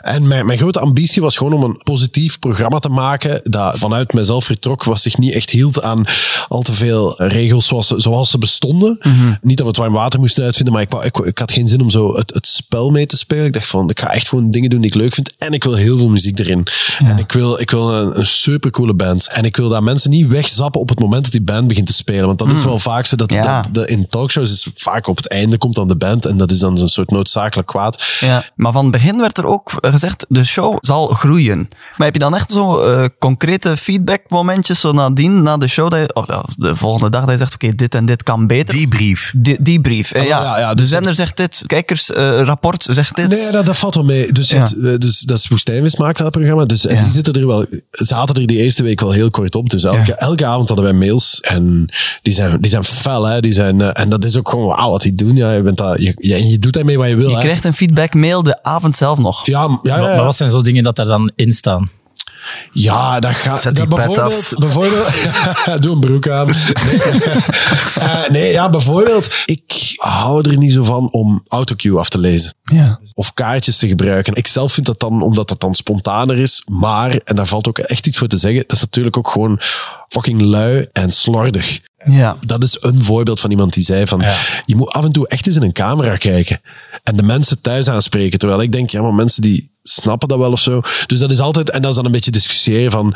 [SPEAKER 5] En mijn, mijn grote ambitie was gewoon om een positief programma te maken dat vanuit mezelf vertrok, was zich niet echt hield aan al te veel regels zoals, ze- zoals ze bestonden. Niet dat we het warm water moesten uitvinden, maar ik, wou- ik, ik had geen zin om zo het, het spel mee te spelen. Ik dacht van, ik ga echt gewoon dingen doen die ik leuk vind en ik wil heel veel muziek erin. En ik wil, ik wil een, een supercoole band. En ik wil dat mensen niet wegzappen op het moment dat die band begint te spelen. Want dat is wel vaak zo dat,
[SPEAKER 3] Ja.
[SPEAKER 5] dat, de, in talkshows is vaak op het einde komt dan de band en dat is dan zo'n soort noodzakelijk kwaad.
[SPEAKER 3] Ja. Maar van het begin werd er ook eh, gezegd, de show zal groeien. Maar heb je dan echt zo eh, concrete feedbackmomentjes zo nadien, na de show, dat je- of ja, de volgende dag, dat je zegt, oké, dit en dit kan beter?
[SPEAKER 6] Die brief.
[SPEAKER 3] Die, die brief. Eh, ja.
[SPEAKER 5] Ah, ja, ja,
[SPEAKER 3] de
[SPEAKER 5] dus-
[SPEAKER 3] zender zegt dit, kijkersrapport zegt dit.
[SPEAKER 5] Nee, dat, dat valt wel mee. Dus,
[SPEAKER 3] Ja.
[SPEAKER 5] het, eh, dus dat is Woestijnvis maakt dat programma. Dus en
[SPEAKER 3] Ja.
[SPEAKER 5] die zitten er wel, zaten er die eerste week wel heel kort op. Dus elke, elke avond hadden wij mails. En die zijn, die zijn fel, hè. Die zijn, eh, en dat is ook gewoon, wauw, wat die doen. Ja, je, bent dat, je, je, je doet daarmee wat je wil.
[SPEAKER 3] Je
[SPEAKER 5] hè.
[SPEAKER 3] krijgt een feedbackmail de avond zelf nog.
[SPEAKER 5] ja, m- ja, ja, ja.
[SPEAKER 4] Maar wat zijn zo dingen dat er dan in staan?
[SPEAKER 5] Ja, dat gaat.
[SPEAKER 6] Zet
[SPEAKER 5] dat
[SPEAKER 6] die pet
[SPEAKER 5] bijvoorbeeld,
[SPEAKER 6] af.
[SPEAKER 5] bijvoorbeeld doe een broek aan. Nee, Eh, nee, ja, bijvoorbeeld, ik hou er niet zo van om autocue af te lezen.
[SPEAKER 3] Ja.
[SPEAKER 5] Of kaartjes te gebruiken. Ik zelf vind dat dan, omdat dat dan spontaner is. Maar, en daar valt ook echt iets voor te zeggen, dat is natuurlijk ook gewoon fucking lui en slordig.
[SPEAKER 3] Ja.
[SPEAKER 5] Dat is een voorbeeld van iemand die zei van, je moet af en toe echt eens in een camera kijken. En de mensen thuis aanspreken. Terwijl ik denk, ja, maar mensen die snappen dat wel of zo. Dus dat is altijd, en dat is dan een beetje discussiëren van,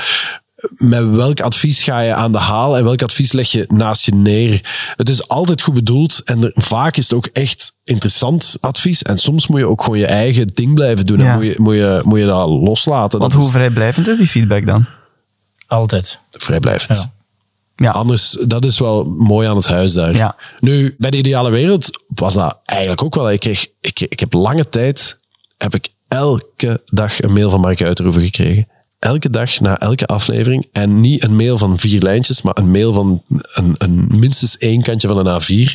[SPEAKER 5] met welk advies ga je aan de haal en welk advies leg je naast je neer? Het is altijd goed bedoeld en er- vaak is het ook echt interessant advies. En soms moet je ook gewoon je eigen ding blijven doen
[SPEAKER 3] Ja.
[SPEAKER 5] en moet je, moet, je, moet je dat loslaten.
[SPEAKER 3] Want
[SPEAKER 5] dat
[SPEAKER 3] hoe vrijblijvend is die feedback dan?
[SPEAKER 4] Altijd.
[SPEAKER 5] is vrijblijvend.
[SPEAKER 4] Ja.
[SPEAKER 3] Ja.
[SPEAKER 5] Anders, dat is wel mooi aan het huis daar.
[SPEAKER 3] Ja.
[SPEAKER 5] Nu, bij de ideale wereld was dat eigenlijk ook wel. Ik, kreeg, ik, ik heb lange tijd, heb ik elke dag een mail van Mark Uiterhoeven gekregen. Elke dag, na elke aflevering. En niet een mail van vier lijntjes, maar een mail van een, een, minstens één kantje van een A4.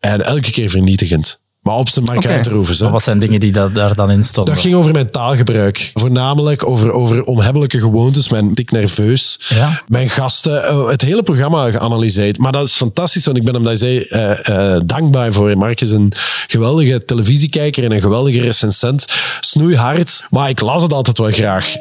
[SPEAKER 5] En elke keer vernietigend. Maar op zijn Mark Uiterhoeven. hè.
[SPEAKER 4] Maar wat zijn dingen die dat, daar dan in stonden?
[SPEAKER 5] Dat ging over mijn taalgebruik. Voornamelijk over, over onhebbelijke gewoontes. Mijn dik nerveus.
[SPEAKER 4] Ja.
[SPEAKER 5] Mijn gasten. eh, het hele programma geanalyseerd. Maar dat is fantastisch, want ik ben hem daar zeer eh, eh, dankbaar voor. Mark is een geweldige televisiekijker en een geweldige recensent. Snoeihard. Maar ik las het altijd wel graag.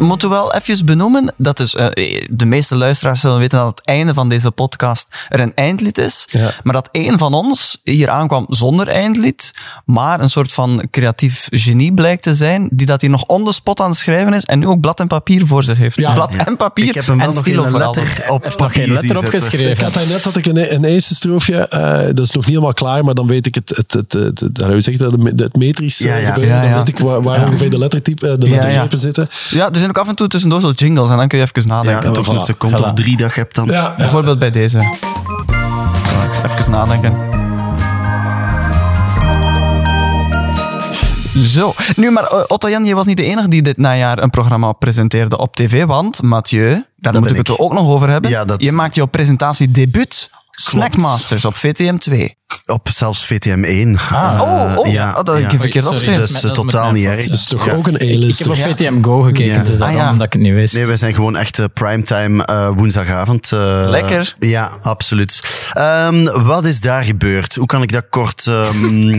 [SPEAKER 3] moeten we wel even benoemen dat dus, eh, de meeste luisteraars zullen weten dat het einde van deze podcast er een eindlied is.
[SPEAKER 5] Ja.
[SPEAKER 3] Maar dat één van ons hier aankwam zonder eindlied, maar een soort van creatief genie blijkt te zijn, die dat hier nog on the spot aan het schrijven is en nu ook blad en papier voor zich heeft. blad en papier
[SPEAKER 6] Ik heb hem wel
[SPEAKER 3] en
[SPEAKER 6] nog in
[SPEAKER 3] stilo
[SPEAKER 6] een
[SPEAKER 3] vooral.
[SPEAKER 6] letter op
[SPEAKER 4] nog geen
[SPEAKER 6] papier
[SPEAKER 4] letter
[SPEAKER 6] zien
[SPEAKER 4] opgeschreven.
[SPEAKER 6] zetten.
[SPEAKER 5] Ik had daar net had ik een, een eerste stroofje. eh, dat is nog niet helemaal klaar, maar dan weet ik het, het, het, het, het, nou, hoe zeg je dat, het, het metrisch
[SPEAKER 6] Ja, ja.
[SPEAKER 5] gebeuren.
[SPEAKER 3] Ja, ja.
[SPEAKER 5] Dan weet ik waar, waar ongeveer de lettertype, eh, de
[SPEAKER 3] Ja,
[SPEAKER 5] lettergrepen
[SPEAKER 3] ja.
[SPEAKER 5] zitten.
[SPEAKER 3] Ja, er zijn ook af en toe tussendoor zo jingles en dan kun je even
[SPEAKER 6] Ja,
[SPEAKER 3] nadenken.
[SPEAKER 6] en toch een
[SPEAKER 5] Voilà.
[SPEAKER 6] seconde of drie dat je hebt dan.
[SPEAKER 5] Ja, ja.
[SPEAKER 3] Bijvoorbeeld bij deze. Even nadenken. Zo. Nu, maar eh, Otto Jan, je was niet de enige die dit najaar een programma presenteerde op tv, want Mathieu, daar moet
[SPEAKER 6] ben
[SPEAKER 3] ik het
[SPEAKER 6] ik.
[SPEAKER 3] ook nog over hebben.
[SPEAKER 6] Ja, dat-
[SPEAKER 3] Je maakt jouw presentatiedebuut Snackmasters op VTM2.
[SPEAKER 6] Op zelfs VTM 1.
[SPEAKER 3] oh, oh, oh, dat heb ik verkeerd
[SPEAKER 4] Sorry,
[SPEAKER 3] opgeschreven.
[SPEAKER 6] Dus
[SPEAKER 4] Met-
[SPEAKER 6] eh,
[SPEAKER 4] dat is
[SPEAKER 6] totaal
[SPEAKER 4] mijn
[SPEAKER 6] niet
[SPEAKER 4] fout,
[SPEAKER 6] erg.
[SPEAKER 5] Dat is toch
[SPEAKER 6] Ja.
[SPEAKER 5] ook een
[SPEAKER 4] Ik heb
[SPEAKER 5] E-lister.
[SPEAKER 4] op VTM Go gekeken,
[SPEAKER 6] Ja.
[SPEAKER 4] dus daarom
[SPEAKER 3] Ah, ja.
[SPEAKER 4] dat ik het niet wist.
[SPEAKER 6] Nee, wij zijn gewoon echt eh, primetime eh, woensdagavond. eh,
[SPEAKER 3] Lekker.
[SPEAKER 6] Ja, absoluut. Ehm, wat is daar gebeurd? Hoe kan ik dat kort... ehm,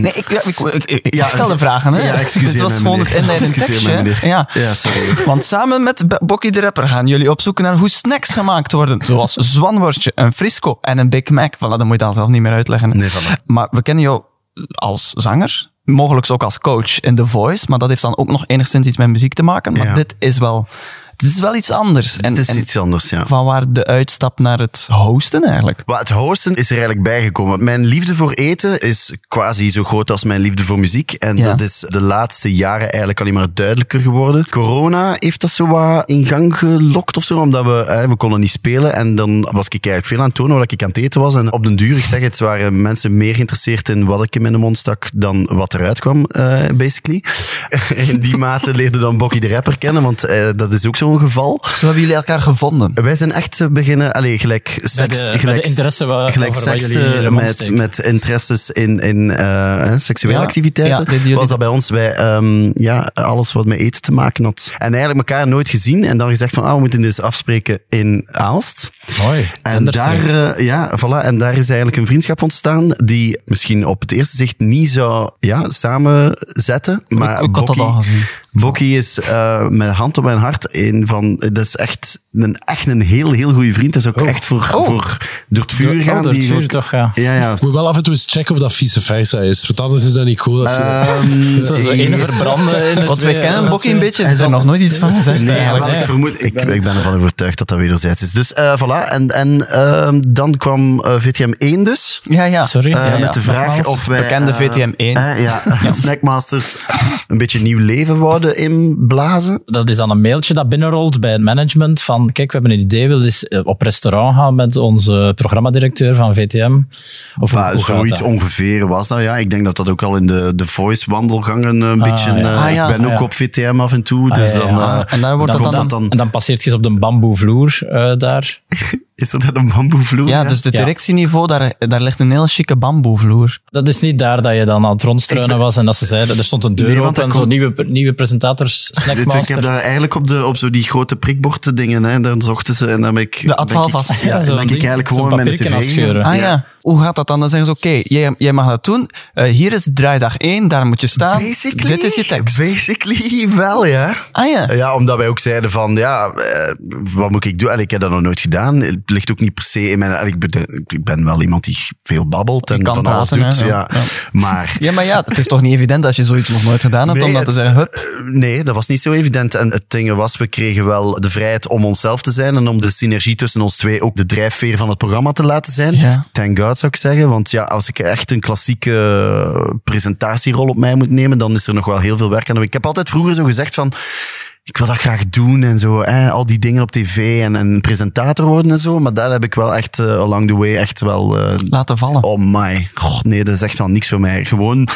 [SPEAKER 3] Nee, ik, ja, ik, ik, ik- ik
[SPEAKER 6] Ja,
[SPEAKER 3] stel de vragen. Hè?
[SPEAKER 6] ja, excuseer
[SPEAKER 3] Dit was
[SPEAKER 6] mij,
[SPEAKER 3] gewoon het
[SPEAKER 6] meneer.
[SPEAKER 3] inleidend
[SPEAKER 6] Excuseer
[SPEAKER 3] tekstje.
[SPEAKER 6] mij,
[SPEAKER 3] hè?
[SPEAKER 6] meneer.
[SPEAKER 3] Ja.
[SPEAKER 6] Ja, sorry.
[SPEAKER 3] Want samen met B- Bokkie de Rapper gaan jullie op zoek naar hoe snacks gemaakt worden. Zoals zwanworstje, een frisco en een Big Mac. Voilà, dat moet je dan zelf niet meer uitleggen.
[SPEAKER 6] Nee, voilà.
[SPEAKER 3] Maar we kennen jou als zanger. Mogelijk ook als coach in The Voice. Maar dat heeft dan ook nog enigszins iets met muziek te maken. Maar
[SPEAKER 6] Ja.
[SPEAKER 3] dit, is wel, dit is wel iets anders. En,
[SPEAKER 6] Het is
[SPEAKER 3] en
[SPEAKER 6] iets anders, ja.
[SPEAKER 3] van waar de uitstap naar het hosten eigenlijk.
[SPEAKER 6] Maar het hosten is er eigenlijk bijgekomen. Mijn liefde voor eten is quasi zo groot als mijn liefde voor muziek. En
[SPEAKER 3] Ja.
[SPEAKER 6] dat is de laatste jaren eigenlijk alleen maar duidelijker geworden. Corona heeft dat zo wat in gang gelokt of zo, omdat we, eh, we konden niet spelen. En dan was ik eigenlijk veel aan het tonen wat ik aan het eten was. En op den duur, ik zeg het, waren mensen meer geïnteresseerd in wat ik in mijn mond stak dan wat eruit kwam, eh, basically. in die mate leerde dan Bokkie de Rapper kennen, want eh, dat is ook zo'n geval.
[SPEAKER 3] Zo hebben jullie elkaar gevonden.
[SPEAKER 6] Wij zijn echt eh, beginnen, allez, gelijk
[SPEAKER 4] Bij
[SPEAKER 6] seks,
[SPEAKER 4] de, bij de
[SPEAKER 6] gelijk
[SPEAKER 4] interesse wa-
[SPEAKER 6] gelijk
[SPEAKER 4] over wat
[SPEAKER 6] seks eh,
[SPEAKER 4] jullie in jullie mond
[SPEAKER 6] met,
[SPEAKER 4] steken.
[SPEAKER 6] met interesses in, in eh, hè, seksuele
[SPEAKER 3] Ja, ja,
[SPEAKER 6] activiteiten.
[SPEAKER 3] dit jullie-
[SPEAKER 6] was dat bij ons bij ehm, ja, alles wat met eten te maken had. En eigenlijk elkaar nooit gezien en dan gezegd van ah, we moeten dit eens afspreken in Aalst.
[SPEAKER 4] Mooi.
[SPEAKER 6] En daar,
[SPEAKER 4] Kinderstreek.
[SPEAKER 6] eh, ja, voilà, en daar is eigenlijk een vriendschap ontstaan die misschien op het eerste zicht niet zou ja, samenzetten. Maar
[SPEAKER 3] ik had dat
[SPEAKER 6] Bokkie-
[SPEAKER 3] al gezien.
[SPEAKER 6] Bokkie is eh, met hand op mijn hart een van... Dat is echt een, echt een heel, heel goede vriend. Dat is ook echt voor, voor door het vuur
[SPEAKER 4] Door-
[SPEAKER 6] gaan.
[SPEAKER 4] oh, door het
[SPEAKER 6] die
[SPEAKER 4] vuur
[SPEAKER 6] ook-
[SPEAKER 4] toch, ja.
[SPEAKER 6] Ja, ja.
[SPEAKER 5] Ik moet wel af en toe eens checken of dat vice versa is. Want anders is dat niet cool. Als je
[SPEAKER 6] Ehm,
[SPEAKER 4] Zo
[SPEAKER 6] ik-
[SPEAKER 4] ene verbranden in het
[SPEAKER 3] Want wij
[SPEAKER 4] tweede,
[SPEAKER 3] kennen
[SPEAKER 4] dat
[SPEAKER 3] Bokkie een
[SPEAKER 4] tweede.
[SPEAKER 3] beetje.
[SPEAKER 6] dus
[SPEAKER 3] Er is er nog nooit iets van gezegd.
[SPEAKER 6] Nee,
[SPEAKER 3] eigenlijk.
[SPEAKER 6] wel, ik vermoed... Ik, ik ben ervan overtuigd dat dat wederzijds is. Dus eh, voilà. En, en ehm, dan kwam eh, VTM 1 dus.
[SPEAKER 3] Ja, ja.
[SPEAKER 4] Sorry.
[SPEAKER 6] Eh,
[SPEAKER 4] Ja, ja.
[SPEAKER 6] Met de vraag
[SPEAKER 4] Nogmaals,
[SPEAKER 6] of wij...
[SPEAKER 3] bekende
[SPEAKER 6] eh,
[SPEAKER 3] VTM 1.
[SPEAKER 6] eh, ja, Snackmasters een beetje nieuw leven wouden inblazen.
[SPEAKER 4] Dat is dan een mailtje dat binnenrolt bij het management van kijk, we hebben een idee, wil eens eh, op restaurant gaan met onze programmadirecteur van VTM? Of hoe-
[SPEAKER 6] Maar
[SPEAKER 4] hoe gaat
[SPEAKER 6] zoiets
[SPEAKER 4] dat?
[SPEAKER 6] ongeveer was dat, ja. Ik denk dat dat ook al in de, de Voice-wandelgangen een beetje...
[SPEAKER 4] ja.
[SPEAKER 6] eh,
[SPEAKER 3] Ah, ja. Ah,
[SPEAKER 6] ik ben
[SPEAKER 4] Ah,
[SPEAKER 6] ook
[SPEAKER 4] ja.
[SPEAKER 6] op VTM af en toe, dus
[SPEAKER 4] ja,
[SPEAKER 6] dan...
[SPEAKER 4] ja.
[SPEAKER 6] eh,
[SPEAKER 3] En daar wordt
[SPEAKER 6] dan
[SPEAKER 3] dat
[SPEAKER 6] komt
[SPEAKER 3] dan...
[SPEAKER 6] dat dan...
[SPEAKER 4] En dan passeert je op de bamboevloer eh, daar.
[SPEAKER 6] Is dat een bamboevloer?
[SPEAKER 3] Ja, dus het
[SPEAKER 4] Ja.
[SPEAKER 3] directieniveau, daar, daar ligt een heel chique bamboevloer.
[SPEAKER 4] Dat is niet daar dat je dan aan het rondstruinen was en dat ze zeiden, er stond een deur
[SPEAKER 6] Nee, want
[SPEAKER 4] open,
[SPEAKER 6] dat
[SPEAKER 4] zo
[SPEAKER 6] komt-
[SPEAKER 4] nieuwe, nieuwe presentators,
[SPEAKER 6] Dit, ik
[SPEAKER 4] snackmaster.
[SPEAKER 6] heb daar eigenlijk op, de, op zo die grote prikborden dingen, hè, daar zochten ze en dan ben ik...
[SPEAKER 3] De atval
[SPEAKER 6] ben ik-
[SPEAKER 3] vast.
[SPEAKER 6] Ja,
[SPEAKER 4] Ja,
[SPEAKER 6] dan
[SPEAKER 4] zo'n
[SPEAKER 6] ben ik
[SPEAKER 4] ding,
[SPEAKER 6] eigenlijk
[SPEAKER 4] zo'n
[SPEAKER 6] gewoon mijn cv.
[SPEAKER 4] papierken afscheuren.
[SPEAKER 3] Ah ja. hoe gaat dat dan? Dan zeggen ze, oké, jij, jij mag dat doen. Eh, hier is draaidag 1, daar moet je staan.
[SPEAKER 6] Basically,
[SPEAKER 3] Dit is je tekst.
[SPEAKER 6] Basically wel, ja.
[SPEAKER 3] Ah ja.
[SPEAKER 6] Ja, omdat wij ook zeiden van, ja, eh, wat moet ik doen? En ik heb dat nog nooit gedaan. Het ligt ook niet per se in mijn... en Ik ben, ik ben wel iemand die veel babbelt en
[SPEAKER 3] Je kan
[SPEAKER 6] van alles
[SPEAKER 3] praten,
[SPEAKER 6] doet.
[SPEAKER 3] hè,
[SPEAKER 6] Ja.
[SPEAKER 3] ja. Ja.
[SPEAKER 6] Maar...
[SPEAKER 3] Ja, maar ja, het is toch niet evident als je zoiets nog nooit gedaan hebt,
[SPEAKER 6] Nee,
[SPEAKER 3] om dat te
[SPEAKER 6] het-
[SPEAKER 3] zeggen, hup.
[SPEAKER 6] eh, nee, dat was niet zo evident. En het ding was, we kregen wel de vrijheid om onszelf te zijn en om de synergie tussen ons twee ook de drijfveer van het programma te laten zijn.
[SPEAKER 3] Ja.
[SPEAKER 6] Thank God, zou ik zeggen. Want ja, als ik echt een klassieke eh, presentatierol op mij moet nemen, dan is er nog wel heel veel werk aan. Ik heb altijd vroeger zo gezegd van... Ik wil dat graag doen en zo. Hè, al die dingen op tv en, en presentator worden en zo. Maar daar heb ik wel echt eh, along the way echt wel... eh,
[SPEAKER 3] Laten vallen.
[SPEAKER 6] oh my. God, nee, dat is echt wel niks voor mij. Gewoon...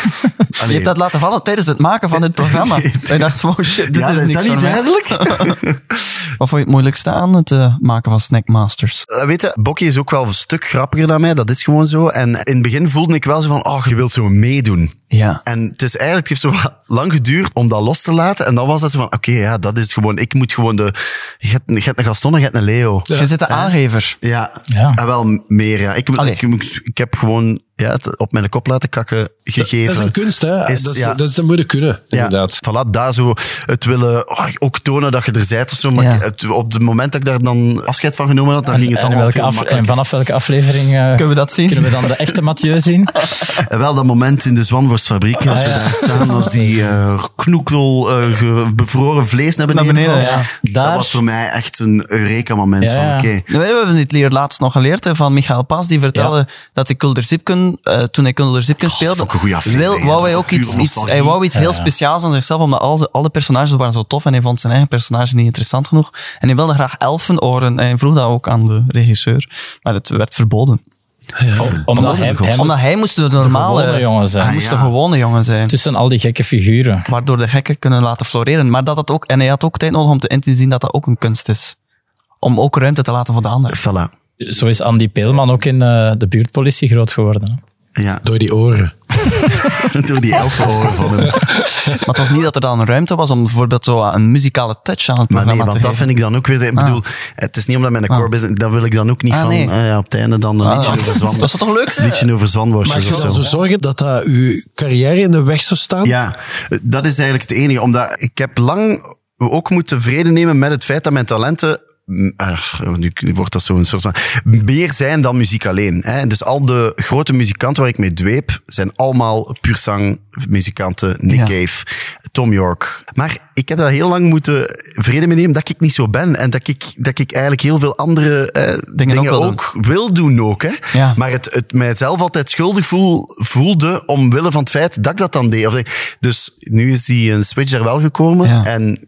[SPEAKER 3] Je
[SPEAKER 6] Allee.
[SPEAKER 3] hebt dat laten vallen tijdens het maken van dit programma. Ik dacht, oh shit, dit
[SPEAKER 6] Ja,
[SPEAKER 3] is,
[SPEAKER 6] is
[SPEAKER 3] niks
[SPEAKER 6] dat niet
[SPEAKER 3] voor mij.
[SPEAKER 6] duidelijk?
[SPEAKER 3] Wat vond je het moeilijkste aan het eh, maken van Snackmasters?
[SPEAKER 6] Eh, Weet je, Bokkie is ook wel een stuk grappiger dan mij. Dat is gewoon zo. En in het begin voelde ik wel zo van, oh, je wilt zo meedoen.
[SPEAKER 3] Ja.
[SPEAKER 6] En het is eigenlijk, het heeft zo wat lang geduurd om dat los te laten. En dan was dat zo van, oké, ja, dat is gewoon, ik moet gewoon de, je hebt, je hebt een Gaston en je hebt een Leo. Ja.
[SPEAKER 3] Je zit de aangever.
[SPEAKER 4] Ja.
[SPEAKER 6] En wel meer, ja. Ik,
[SPEAKER 3] Allee.
[SPEAKER 6] ik, ik, ik heb gewoon ja, het op mijn kop laten kakken gegeven.
[SPEAKER 5] dat is een kunst, hè?
[SPEAKER 6] Is-
[SPEAKER 5] dat, is,
[SPEAKER 6] ja.
[SPEAKER 5] dat, is, dat moet je kunnen, inderdaad.
[SPEAKER 6] Ja, voilà, daar zo het willen oh, ook tonen dat je er bent of zo. Maar
[SPEAKER 3] Ja.
[SPEAKER 6] ik- het, op het moment dat ik daar dan afscheid van genomen had, dan ging het
[SPEAKER 4] en,
[SPEAKER 6] allemaal
[SPEAKER 4] welke
[SPEAKER 6] veel
[SPEAKER 4] af- en
[SPEAKER 6] makkelijker.
[SPEAKER 4] vanaf welke aflevering eh,
[SPEAKER 3] Kunnen we dat zien?
[SPEAKER 4] kunnen we dan de echte Mathieu zien?
[SPEAKER 6] Eh, Wel dat moment in de Zwanworstfabriek,
[SPEAKER 3] Ah,
[SPEAKER 6] als we daar staan, als die eh knoekel eh, ge- bevroren vlees naar beneden,
[SPEAKER 3] Naar beneden,
[SPEAKER 6] valt.
[SPEAKER 4] ja.
[SPEAKER 6] Dat
[SPEAKER 4] Daar-
[SPEAKER 6] was voor mij echt een Eureka-moment
[SPEAKER 4] Ja,
[SPEAKER 6] van,
[SPEAKER 4] ja.
[SPEAKER 6] oké,
[SPEAKER 3] We hebben dit leer laatst nog geleerd hè, van Michael Pas, die vertelde dat ik Kulder Zipken, eh, toen ik Kulder Zipken speelde,
[SPEAKER 6] vond ik een goeie aflevering,
[SPEAKER 3] wil-
[SPEAKER 6] hè.
[SPEAKER 3] wou hij
[SPEAKER 6] Dat
[SPEAKER 3] ook
[SPEAKER 6] was
[SPEAKER 3] iets,
[SPEAKER 6] pure
[SPEAKER 3] iets, hij
[SPEAKER 6] nostalgie.
[SPEAKER 3] wou iets heel speciaals aan zichzelf, omdat alle, alle personages waren zo tof en hij vond zijn eigen personage niet interessant genoeg. En hij wilde graag elfenoren en hij vroeg dat ook aan de regisseur, maar het werd verboden.
[SPEAKER 4] Omdat hij, hij
[SPEAKER 3] omdat
[SPEAKER 4] moest
[SPEAKER 3] hij moest de normale
[SPEAKER 4] gewone jongen zijn.
[SPEAKER 3] hij moest
[SPEAKER 6] Ah,
[SPEAKER 3] de
[SPEAKER 6] ja.
[SPEAKER 3] gewone jongen zijn.
[SPEAKER 4] tussen al die gekke figuren.
[SPEAKER 3] Waardoor de gekken kunnen laten floreren. Maar dat dat ook, en hij had ook tijd nodig om te inzien dat dat ook een kunst is. Om ook ruimte te laten voor de ander.
[SPEAKER 6] voilà.
[SPEAKER 4] Zo is Andy Peelman ook in eh, de buurtpolitie groot geworden. hè.
[SPEAKER 6] Ja,
[SPEAKER 5] Door die oren.
[SPEAKER 6] door die elfenoren van hem.
[SPEAKER 3] Maar het was niet dat er dan ruimte was om bijvoorbeeld zo een muzikale touch aan het
[SPEAKER 6] Maar nee,
[SPEAKER 3] programma
[SPEAKER 6] want
[SPEAKER 3] te
[SPEAKER 6] dat
[SPEAKER 3] geven.
[SPEAKER 6] vind ik dan ook weer... Ik bedoel, het is niet omdat mijn core business... Dat wil ik dan ook niet
[SPEAKER 3] Ah,
[SPEAKER 6] van...
[SPEAKER 3] nee.
[SPEAKER 6] eh, ja, op het einde dan een liedje
[SPEAKER 3] Ah,
[SPEAKER 6] over zwan...
[SPEAKER 3] dat zou toch leuk zijn?
[SPEAKER 6] liedje over
[SPEAKER 5] Maar
[SPEAKER 6] zwanworstjes
[SPEAKER 5] je
[SPEAKER 6] of
[SPEAKER 5] dan
[SPEAKER 6] zo.
[SPEAKER 5] zo zorgen dat dat uw carrière in de weg zou staan?
[SPEAKER 6] Ja, dat is eigenlijk het enige. Omdat ik heb lang ook moeten vrede nemen met het feit dat mijn talenten... mm, ah, nu wordt dat zo'n soort van... Meer zijn dan muziek alleen. Hè? Dus al de grote muzikanten waar ik mee dweep, zijn allemaal puur zang muzikanten. Nick
[SPEAKER 3] Ja.
[SPEAKER 6] Cave, Tom York. Maar ik heb daar heel lang moeten vrede mee nemen dat ik niet zo ben. En dat ik, dat ik eigenlijk heel veel andere eh, dingen,
[SPEAKER 3] ook
[SPEAKER 6] ook,
[SPEAKER 3] wel doen.
[SPEAKER 6] wil doen ook. Hè?
[SPEAKER 3] Ja.
[SPEAKER 6] Maar het, het mijzelf altijd schuldig voel, voelde omwille van het feit dat ik dat dan deed. Of ik- Dus nu is die een switch er wel gekomen.
[SPEAKER 3] Ja.
[SPEAKER 6] En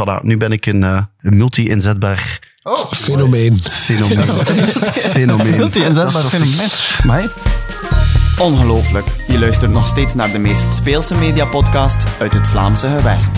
[SPEAKER 6] voilà, nu ben ik een, eh, een multi-inzetbaar
[SPEAKER 5] Fenomeen.
[SPEAKER 6] fenomeen. fenomeen. Dat
[SPEAKER 3] Multi-inzetbaar
[SPEAKER 6] soort-
[SPEAKER 3] fenomeen. Maar
[SPEAKER 7] Ongelooflijk, je luistert nog steeds naar de meest speelse mediapodcast uit het Vlaamse gewest.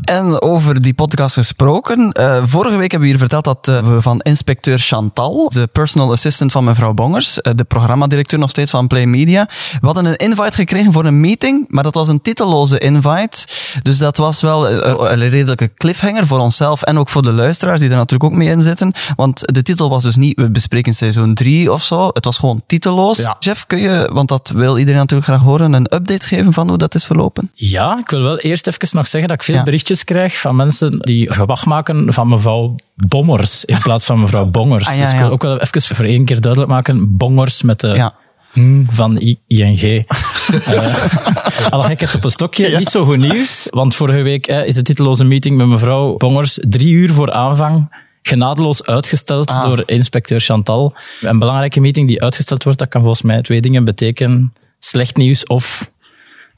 [SPEAKER 3] En over die podcast gesproken. eh, vorige week hebben we hier verteld dat eh, we van inspecteur Chantal, de personal assistant van mevrouw Bongers, eh, de programmadirecteur nog steeds van Play Media, we hadden een invite gekregen voor een meeting, maar dat was een titelloze invite. Dus dat was wel eh, een redelijke cliffhanger voor onszelf en ook voor de luisteraars die er natuurlijk ook mee in zitten. Want de titel was dus niet, we bespreken seizoen 3 of zo. Het was gewoon titelloos. Jeff, kun je, want dat wil iedereen natuurlijk graag horen, een update geven van hoe dat is verlopen?
[SPEAKER 4] Ja, ik wil wel eerst even nog zeggen dat ik veel
[SPEAKER 3] Ja.
[SPEAKER 4] berichtjes krijg van mensen die gewacht maken van mevrouw Bommers in plaats van mevrouw Bongers.
[SPEAKER 3] Ah, ja,
[SPEAKER 4] Dus ik
[SPEAKER 3] ja.
[SPEAKER 4] wil ook wel even voor één keer duidelijk maken, Bongers met de
[SPEAKER 3] Ja.
[SPEAKER 4] ng van I- ING. Eh, Al ik het op een stokje. Niet zo goed nieuws, want vorige week eh, is de titelloze meeting met mevrouw Bongers drie uur voor aanvang genadeloos uitgesteld
[SPEAKER 3] Ah.
[SPEAKER 4] door inspecteur Chantal. Een belangrijke meeting die uitgesteld wordt, dat kan volgens mij twee dingen betekenen. Slecht nieuws of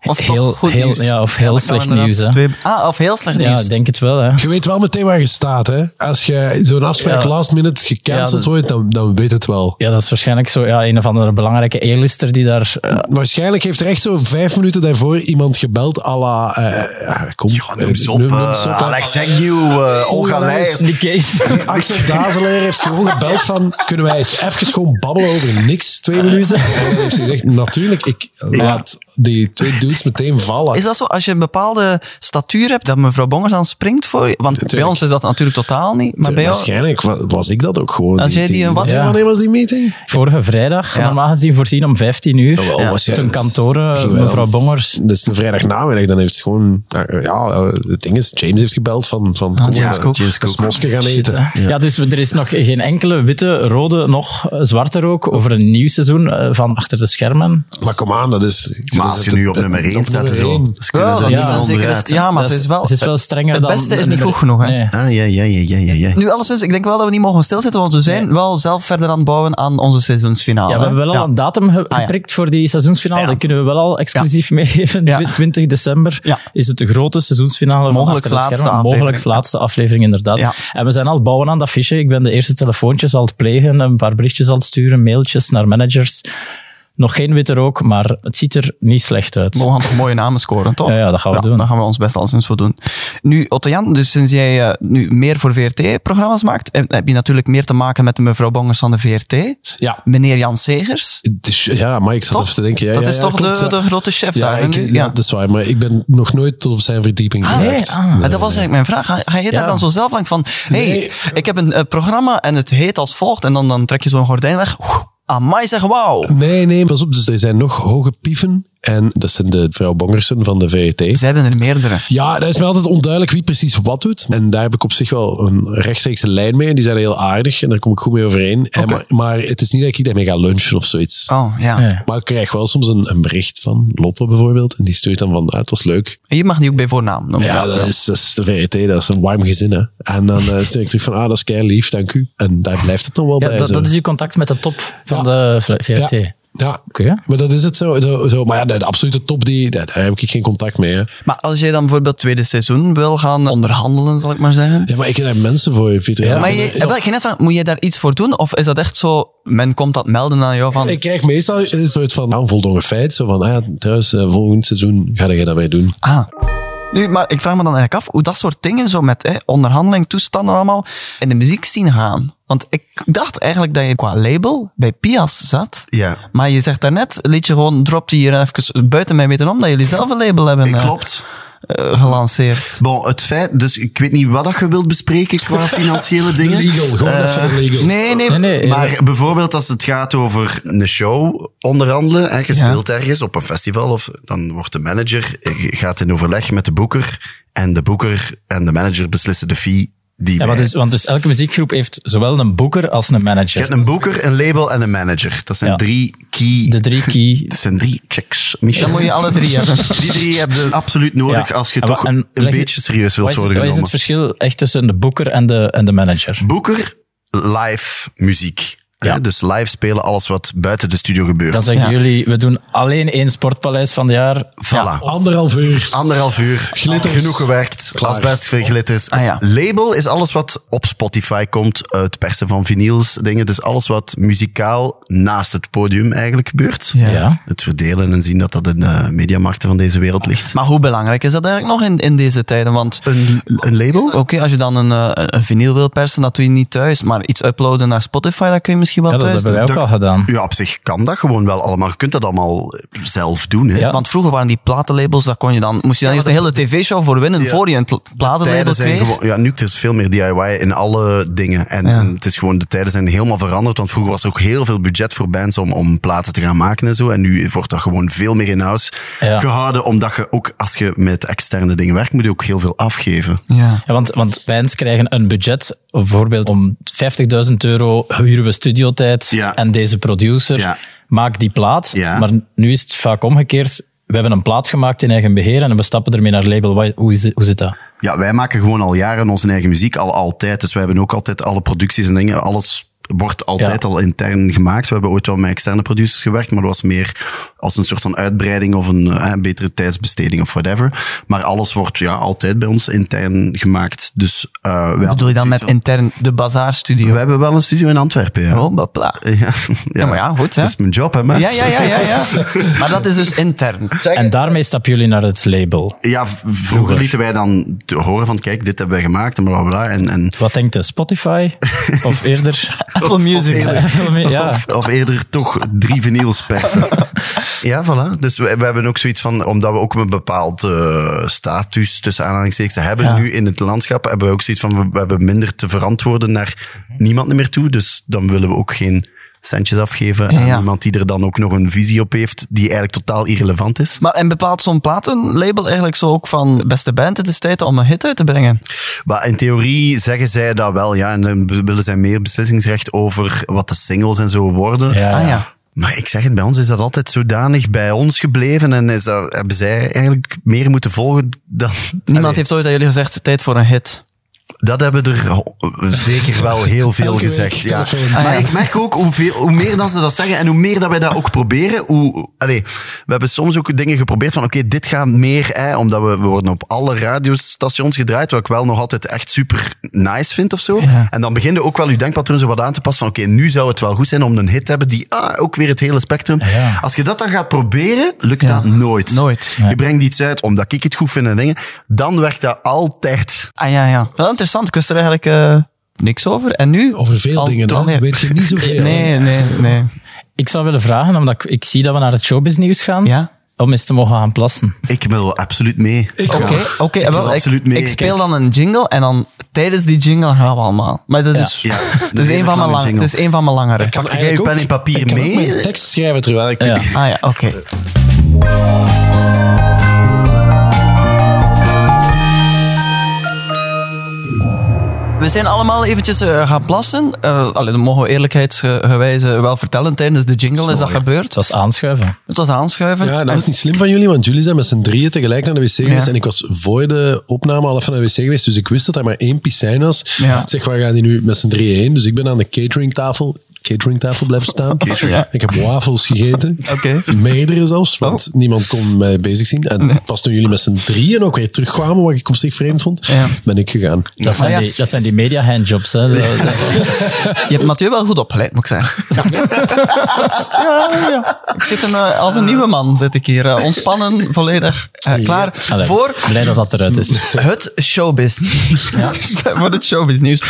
[SPEAKER 3] Of toch
[SPEAKER 4] Heel-
[SPEAKER 3] goed
[SPEAKER 4] heel-
[SPEAKER 3] nieuws.
[SPEAKER 4] ja, of heel
[SPEAKER 3] dan
[SPEAKER 4] slecht
[SPEAKER 3] kan inderdaad
[SPEAKER 4] nieuws, hè.
[SPEAKER 3] twee- ah, of heel slecht
[SPEAKER 4] Ja,
[SPEAKER 3] nieuws.
[SPEAKER 4] ik denk het wel. Hè.
[SPEAKER 5] Je weet wel meteen waar je staat, hè? Als je zo'n afspraak
[SPEAKER 4] Ja.
[SPEAKER 5] last minute gecanceld
[SPEAKER 4] Ja, dat-
[SPEAKER 5] wordt, dan, dan weet het wel.
[SPEAKER 4] Ja, dat is waarschijnlijk zo ja, een of andere belangrijke e-lister die daar... eh,
[SPEAKER 5] Waarschijnlijk heeft er echt zo vijf minuten daarvoor iemand gebeld à la... eh, ja, kom,
[SPEAKER 6] Ja, noem ze op.
[SPEAKER 5] noem- noem
[SPEAKER 6] eh,
[SPEAKER 5] ze op, hè.
[SPEAKER 6] Alex Agnew, eh Olga Leijers.
[SPEAKER 4] Nick Cave.
[SPEAKER 5] Axel Dazeleer heeft gewoon gebeld van, kunnen wij eens even gewoon babbelen over niks,
[SPEAKER 3] Ah,
[SPEAKER 5] twee minuten? En dan heeft ze gezegd, natuurlijk, ik laat die twee dudes meteen vallen.
[SPEAKER 3] Is dat zo? Als je een bepaalde statuur hebt, dat mevrouw Bongers dan springt voor je? Want bij
[SPEAKER 5] Tuurlijk.
[SPEAKER 3] ons is dat natuurlijk totaal niet. Maar bij jou...
[SPEAKER 5] Waarschijnlijk wa- was ik dat ook gewoon.
[SPEAKER 3] Als jij die een wat-
[SPEAKER 5] Ja. Wanneer was die meeting?
[SPEAKER 4] Vorige vrijdag,
[SPEAKER 3] Ja.
[SPEAKER 4] normaal gezien voorzien om 15 uur.
[SPEAKER 5] Jawel, Oh, was jij-
[SPEAKER 4] Ten kantoren, eh,
[SPEAKER 5] Jawel.
[SPEAKER 4] mevrouw Bongers.
[SPEAKER 5] Dat is een vrijdagnamiddag. Dan heeft ze gewoon... Ja, ja, het ding is, James heeft gebeld van... van
[SPEAKER 3] Ah,
[SPEAKER 5] kom,
[SPEAKER 6] James
[SPEAKER 5] eh,
[SPEAKER 6] Cook.
[SPEAKER 5] eens
[SPEAKER 6] James Cook.
[SPEAKER 5] mosken gaan eten.
[SPEAKER 4] Ja. dus we- er is nog geen enkele witte, rode, nog eh, zwarte rook over een nieuw seizoen eh, van achter de schermen.
[SPEAKER 3] Ah,
[SPEAKER 5] Maar kom aan, dat is...
[SPEAKER 6] Maar als je nu op nummer 1 staat,
[SPEAKER 5] nummer
[SPEAKER 6] zo.
[SPEAKER 5] één.
[SPEAKER 6] Ze kunnen
[SPEAKER 3] Wel,
[SPEAKER 6] daar
[SPEAKER 3] ja,
[SPEAKER 6] niet
[SPEAKER 3] dat
[SPEAKER 6] meer
[SPEAKER 3] is zeker-
[SPEAKER 6] onderuit. hè.
[SPEAKER 3] ja, maar
[SPEAKER 4] Dat
[SPEAKER 3] het is wel...
[SPEAKER 4] het is wel strenger
[SPEAKER 3] het
[SPEAKER 4] dan...
[SPEAKER 3] beste is niet
[SPEAKER 4] de
[SPEAKER 3] goed
[SPEAKER 4] nummer-
[SPEAKER 3] genoeg, hè.
[SPEAKER 4] Nee.
[SPEAKER 6] Ah, ja, ja, ja, ja, ja, ja.
[SPEAKER 3] Nu alleszins, ik denk wel dat we niet mogen stilzitten, want we zijn wel zelf verder aan het bouwen aan onze seizoensfinale.
[SPEAKER 4] Ja, we hebben wel
[SPEAKER 3] Ja. Ah,
[SPEAKER 4] al een datum ge-
[SPEAKER 3] ja. Ah,
[SPEAKER 4] geprikt voor die seizoensfinale.
[SPEAKER 3] Ja.
[SPEAKER 4] Dat kunnen we wel al exclusief meegeven.
[SPEAKER 3] Ja.
[SPEAKER 4] Twi- 20 december
[SPEAKER 3] Ja.
[SPEAKER 4] is het de grote seizoensfinale van
[SPEAKER 3] Mogelijks
[SPEAKER 4] Achter de
[SPEAKER 3] laatste
[SPEAKER 4] Schermen.
[SPEAKER 3] aflevering.
[SPEAKER 4] Mogelijks laatste aflevering, inderdaad.
[SPEAKER 3] Ja.
[SPEAKER 4] En we zijn al bouwen aan dat fiche. Ik ben de eerste telefoontjes al het plegen, een paar berichtjes al het sturen, mailtjes naar managers. Nog geen witte rook, maar het ziet er niet slecht uit.
[SPEAKER 3] Maar we gaan toch mooie namen scoren, toch?
[SPEAKER 4] Ja, ja, dat gaan we doen.
[SPEAKER 3] Dat gaan we ons best al sinds voor doen. Nu, Otto-Jan, dus sinds jij eh, nu meer voor VRT-programma's maakt, heb heb je natuurlijk meer te maken met de mevrouw Bongers van de VRT.
[SPEAKER 5] Ja.
[SPEAKER 3] Meneer Jan Segers.
[SPEAKER 5] Het is- Ja, maar ik zat
[SPEAKER 3] Toch?
[SPEAKER 5] even te denken. Ja,
[SPEAKER 3] dat
[SPEAKER 5] ja,
[SPEAKER 3] is
[SPEAKER 5] ja,
[SPEAKER 3] toch
[SPEAKER 5] klopt,
[SPEAKER 3] de,
[SPEAKER 5] ja.
[SPEAKER 3] de grote chef
[SPEAKER 5] Ja,
[SPEAKER 3] daar. hè,
[SPEAKER 5] ik,
[SPEAKER 3] nu?
[SPEAKER 5] ja, dat is waar. Maar ik ben nog nooit tot op zijn verdieping
[SPEAKER 4] nee,
[SPEAKER 5] geraakt.
[SPEAKER 4] ah.
[SPEAKER 5] Nee,
[SPEAKER 3] Maar dat was eigenlijk mijn vraag. Ga, ga je daar
[SPEAKER 4] Ja.
[SPEAKER 3] dan zo zelf lang van... hey,
[SPEAKER 5] Nee.
[SPEAKER 3] ik heb een eh, programma en het heet als volgt. En dan, dan trek je zo'n gordijn weg. Oeh, amai, zeg wauw.
[SPEAKER 5] Nee, nee, pas op. Dus er zijn nog hoge pieven. En dat zijn de vrouw Bongersen van de VET.
[SPEAKER 3] Ze hebben er meerdere.
[SPEAKER 5] Ja, dat is mij altijd onduidelijk wie precies wat doet. En daar heb ik op zich wel een rechtstreekse lijn mee. En die zijn heel aardig en daar kom ik goed mee overeen. En maar, maar het is niet dat ik iedereen mee ga lunchen of zoiets.
[SPEAKER 3] Oh, ja.
[SPEAKER 4] Ja.
[SPEAKER 5] Maar ik krijg wel soms een, een bericht van Lotto bijvoorbeeld. En die stuurt dan van, ah, het was leuk.
[SPEAKER 3] En je mag die ook bij voornaam noemen.
[SPEAKER 5] Ja, dat is, dat is de VET, dat is een warm gezin. Hè. En dan eh, stuur ik terug van, ah, dat is kei lief, dank u. En daar blijft het dan wel
[SPEAKER 4] Ja,
[SPEAKER 5] bij.
[SPEAKER 4] dat,
[SPEAKER 5] zo.
[SPEAKER 4] dat is uw contact met de top van de VRT.
[SPEAKER 5] Ja, ja.
[SPEAKER 4] Oké.
[SPEAKER 5] maar dat is het zo. zo, zo. Maar ja, de, de absolute top, die, daar daar heb ik geen contact mee. Hè.
[SPEAKER 3] Maar als jij dan bijvoorbeeld het tweede seizoen wil gaan onderhandelen, zal ik maar zeggen.
[SPEAKER 5] Ja, maar ik heb daar mensen voor, Pieter.
[SPEAKER 4] Ja,
[SPEAKER 5] Ik
[SPEAKER 3] maar
[SPEAKER 5] ben-
[SPEAKER 3] je, heb ik geen net van, moet je daar iets voor doen? Of is dat echt zo, men komt dat melden aan jou van...
[SPEAKER 5] Ik krijg meestal een soort van onvoldongen feit. Zo van, ah, ja, trouwens, eh, volgend seizoen ga je dat weer doen.
[SPEAKER 3] ah, Nu, maar ik vraag me dan eigenlijk af hoe dat soort dingen zo met hè, onderhandeling, toestanden allemaal in de muziek zien gaan. Want ik dacht eigenlijk dat je qua label bij Pias zat.
[SPEAKER 6] Ja.
[SPEAKER 3] Maar je zegt daarnet, liedje gewoon dropt hier even buiten mij weten om dat jullie zelf een label hebben eh,
[SPEAKER 6] Klopt.
[SPEAKER 3] eh, gelanceerd.
[SPEAKER 6] Bon, het feit, dus ik weet niet wat dat je wilt bespreken qua financiële dingen. Eh,
[SPEAKER 5] Legal, gewoon even legal.
[SPEAKER 3] Nee, nee.
[SPEAKER 4] Nee, nee. Maar,
[SPEAKER 6] Maar bijvoorbeeld als het gaat over een show onderhandelen, hè, je speelt ergens op een festival, of dan wordt de manager, eh, gaat in overleg met de boeker, en de boeker en de manager beslissen de fee die
[SPEAKER 4] ja,
[SPEAKER 6] wij...
[SPEAKER 4] want, dus, want dus elke muziekgroep heeft zowel een boeker als een
[SPEAKER 6] Je
[SPEAKER 4] manager.
[SPEAKER 6] hebt een boeker, een label en een manager. Dat zijn
[SPEAKER 4] Ja.
[SPEAKER 6] drie key...
[SPEAKER 4] De drie key.
[SPEAKER 6] Dat zijn drie checks, Michel.
[SPEAKER 3] Dan moet je alle drie hebben.
[SPEAKER 6] Die drie heb je absoluut nodig
[SPEAKER 4] Ja.
[SPEAKER 6] als je
[SPEAKER 4] En
[SPEAKER 6] toch
[SPEAKER 4] wa- en
[SPEAKER 6] een
[SPEAKER 4] leg je-
[SPEAKER 6] beetje serieus
[SPEAKER 4] Wat
[SPEAKER 6] wilt
[SPEAKER 4] is, het-
[SPEAKER 6] worden
[SPEAKER 4] wat is
[SPEAKER 6] genomen.
[SPEAKER 4] het verschil echt tussen de boeker en de, en de manager?
[SPEAKER 6] Boeker, live muziek.
[SPEAKER 4] Ja.
[SPEAKER 6] Hè, Dus live spelen, alles wat buiten de studio gebeurt.
[SPEAKER 4] Dan zeggen jullie, we doen alleen één sportpaleis van het jaar.
[SPEAKER 6] Voilà.
[SPEAKER 5] Anderhalf uur.
[SPEAKER 6] Anderhalf uur,
[SPEAKER 5] Glitters.
[SPEAKER 6] genoeg gewerkt, glasbest, veel glitters.
[SPEAKER 3] Ah, ja.
[SPEAKER 6] Label is alles wat op Spotify komt, uit persen van vinyls, dingen. Dus alles wat muzikaal naast het podium eigenlijk gebeurt.
[SPEAKER 3] Ja.
[SPEAKER 4] Ja.
[SPEAKER 6] Het verdelen en zien dat dat in de mediamarkten van deze wereld ligt.
[SPEAKER 3] Maar hoe belangrijk is dat eigenlijk nog in, in deze tijden? Want
[SPEAKER 6] Een, een label?
[SPEAKER 3] Oké, als je dan een, eh, een vinyl wil persen, dat doe je niet thuis. Maar iets uploaden naar Spotify, dat kun je misschien wel
[SPEAKER 4] Ja, dat
[SPEAKER 3] thuis
[SPEAKER 4] hebben
[SPEAKER 3] doen.
[SPEAKER 4] wij ook al gedaan.
[SPEAKER 6] Ja, op zich kan dat gewoon wel allemaal. Je kunt dat allemaal zelf doen. Hè?
[SPEAKER 4] Ja.
[SPEAKER 3] Want vroeger waren die platenlabels, daar kon je dan, moest je dan eerst een hele tv-show voor winnen, voor je een pl- platenlabel
[SPEAKER 6] Tijden zijn
[SPEAKER 3] kreeg.
[SPEAKER 6] gewoon, ja, nu het is veel meer DIY in alle dingen. En, en het is gewoon, de tijden zijn helemaal veranderd. Want vroeger was er ook heel veel budget voor bands om, om platen te gaan maken en zo. En nu wordt dat gewoon veel meer in-house
[SPEAKER 4] Ja.
[SPEAKER 6] gehouden. Omdat je ook, als je met externe dingen werkt, moet je ook heel veel afgeven.
[SPEAKER 3] Ja.
[SPEAKER 4] Ja, want, want bands krijgen een budget, bijvoorbeeld om 50.000 euro huren we studiotijd
[SPEAKER 6] Ja.
[SPEAKER 4] en deze producer
[SPEAKER 6] Ja.
[SPEAKER 4] maakt die plaat.
[SPEAKER 6] Ja.
[SPEAKER 4] Maar nu is het vaak omgekeerd. We hebben een plaat gemaakt in eigen beheer en we stappen ermee naar label. Wat- Hoe, is, het- hoe zit dat?
[SPEAKER 6] Ja, wij maken gewoon al jaren onze eigen muziek, al altijd. Dus wij hebben ook altijd alle producties en dingen, alles wordt altijd
[SPEAKER 4] Ja.
[SPEAKER 6] al intern gemaakt. We hebben ooit wel met externe producers gewerkt, maar dat was meer als een soort van uitbreiding of een eh, betere tijdsbesteding of whatever. Maar alles wordt ja, altijd bij ons intern gemaakt. Dus eh, wij
[SPEAKER 3] Wat bedoel je dan
[SPEAKER 6] hadden
[SPEAKER 3] met
[SPEAKER 6] zoiets
[SPEAKER 3] intern de Bazaar
[SPEAKER 6] van- We
[SPEAKER 3] Studio?
[SPEAKER 6] hebben wel een studio in Antwerpen, ja.
[SPEAKER 3] Oh, bla.
[SPEAKER 6] Ja, ja.
[SPEAKER 3] maar ja, goed, hè.
[SPEAKER 6] Dat is mijn job, hè, mensen.
[SPEAKER 3] Ja, ja, ja, ja, ja. Maar dat is dus intern.
[SPEAKER 4] En daarmee stappen jullie naar het label.
[SPEAKER 6] Ja, v- vroeger lieten wij dan te horen van, kijk, dit hebben wij gemaakt en bla, bla, bla. En, en
[SPEAKER 4] Wat denkt de Spotify? Of eerder?
[SPEAKER 3] Apple Music.
[SPEAKER 6] eerder-
[SPEAKER 4] ja.
[SPEAKER 6] Of, of eerder toch drie vinyls persen. ja, voilà. Dus we, we hebben ook zoiets van, omdat we ook een bepaald eh, status tussen aanhalingstekens hebben nu in het landschap, hebben we ook zoiets van, we, we hebben minder te verantwoorden naar niemand meer toe. Dus dan willen we ook geen centjes afgeven aan
[SPEAKER 3] ja.
[SPEAKER 6] iemand die er dan ook nog een visie op heeft die eigenlijk totaal irrelevant is.
[SPEAKER 3] Maar en bepaalt zo'n platenlabel eigenlijk zo ook van beste band, het is tijd om een hit uit te brengen.
[SPEAKER 6] Maar in theorie zeggen zij dat wel, ja. En dan be- willen zij meer beslissingsrecht over wat de singles en zo worden.
[SPEAKER 4] Ja.
[SPEAKER 3] Ah ja.
[SPEAKER 6] Maar ik zeg het, bij ons is dat altijd zodanig bij ons gebleven en is dat, hebben zij eigenlijk meer moeten volgen dan...
[SPEAKER 3] Niemand
[SPEAKER 6] Allee,
[SPEAKER 3] heeft ooit aan jullie gezegd, tijd voor een hit.
[SPEAKER 6] Dat hebben er ho- zeker wel heel veel
[SPEAKER 5] Elke week
[SPEAKER 6] gezegd. Ja.
[SPEAKER 5] telefoon.
[SPEAKER 6] Maar ik merk ook hoeveel, hoe meer dat ze dat zeggen en hoe meer dat wij dat ook proberen. Hoe, allee, we hebben soms ook dingen geprobeerd van oké, dit gaat meer, hè, omdat we, we worden op alle radiostations gedraaid, wat ik wel nog altijd echt super nice vind of zo. En dan begin je ook wel je denkpatroon zo wat aan te passen van oké, nu zou het wel goed zijn om een hit te hebben die ah, ook weer het hele spectrum.
[SPEAKER 4] Ja.
[SPEAKER 6] Als je dat dan gaat proberen, lukt dat nooit.
[SPEAKER 3] Nooit.
[SPEAKER 6] Je brengt iets uit omdat ik het goed vind en dingen, dan werkt dat altijd.
[SPEAKER 3] Ah ja, ja. Wel interessant, ik wist er eigenlijk eh, niks over. En nu?
[SPEAKER 5] Over veel
[SPEAKER 3] Al
[SPEAKER 5] dingen
[SPEAKER 3] toch
[SPEAKER 5] dan
[SPEAKER 3] meer.
[SPEAKER 5] weet je niet zoveel.
[SPEAKER 3] Nee, nee, nee.
[SPEAKER 4] Ik zou willen vragen, omdat ik, ik zie dat we naar het showbiznieuws gaan,
[SPEAKER 3] Ja?
[SPEAKER 4] om eens te mogen gaan plassen.
[SPEAKER 6] Ik wil absoluut mee.
[SPEAKER 5] Ik
[SPEAKER 3] Oké,
[SPEAKER 5] ga.
[SPEAKER 3] oké.
[SPEAKER 6] Ik
[SPEAKER 3] wel,
[SPEAKER 6] wil
[SPEAKER 3] ik,
[SPEAKER 6] absoluut mee,
[SPEAKER 3] ik speel
[SPEAKER 6] kijk.
[SPEAKER 3] dan een jingle en dan tijdens die jingle gaan we allemaal. Maar dat
[SPEAKER 4] Ja.
[SPEAKER 3] is,
[SPEAKER 6] Ja,
[SPEAKER 3] het,
[SPEAKER 6] de
[SPEAKER 3] is een
[SPEAKER 6] hele
[SPEAKER 3] van mijn
[SPEAKER 6] lange
[SPEAKER 3] lang, het
[SPEAKER 6] jingle.
[SPEAKER 3] is een van mijn langere.
[SPEAKER 5] kan
[SPEAKER 6] Pak jij
[SPEAKER 5] eigenlijk
[SPEAKER 6] je pen
[SPEAKER 5] ook-
[SPEAKER 6] en papier
[SPEAKER 5] ik kan ook
[SPEAKER 6] mee?
[SPEAKER 5] mijn tekst schrijven terwijl ik...
[SPEAKER 4] Ja.
[SPEAKER 3] Ah ja, oké. We zijn allemaal eventjes eh, gaan plassen. Eh allee, dat mogen we eerlijkheidsgewijs eh, wel vertellen. Tijdens de jingle is dat gebeurd.
[SPEAKER 4] Het was aanschuiven.
[SPEAKER 3] Het was aanschuiven.
[SPEAKER 5] Ja, nou, dat was niet slim van jullie, want jullie zijn met z'n drieën tegelijk naar de wc geweest.
[SPEAKER 3] Ja.
[SPEAKER 5] En ik was voor de opname al even naar de wc geweest, dus ik wist dat er maar één piscijn was.
[SPEAKER 3] Ja.
[SPEAKER 5] Ik zeg, waar gaan die nu met z'n drieën heen? Dus ik ben aan de cateringtafel cateringtafel blijven staan.
[SPEAKER 6] Catering.
[SPEAKER 5] Ik heb wafels gegeten.
[SPEAKER 3] Oké. Oh.
[SPEAKER 5] Meerdere zelfs, want niemand kon mij bezig zien. En pas toen jullie met z'n drieën ook weer terugkwamen, wat ik op zich vreemd vond,
[SPEAKER 3] Ja.
[SPEAKER 5] ben ik gegaan.
[SPEAKER 4] Dat zijn,
[SPEAKER 3] Ah ja,
[SPEAKER 4] die, dat zijn die media handjobs. Hè. Dat- dat-
[SPEAKER 3] Je hebt Mathieu wel goed opgeleid, moet ik zeggen. Ja, ja, ja. Ik zit een, eh, als een nieuwe man, zit ik hier. eh, ontspannen, volledig eh, klaar
[SPEAKER 4] Allee,
[SPEAKER 3] voor
[SPEAKER 4] Blij dat dat eruit is.
[SPEAKER 3] het showbiz. voor het showbiz nieuws.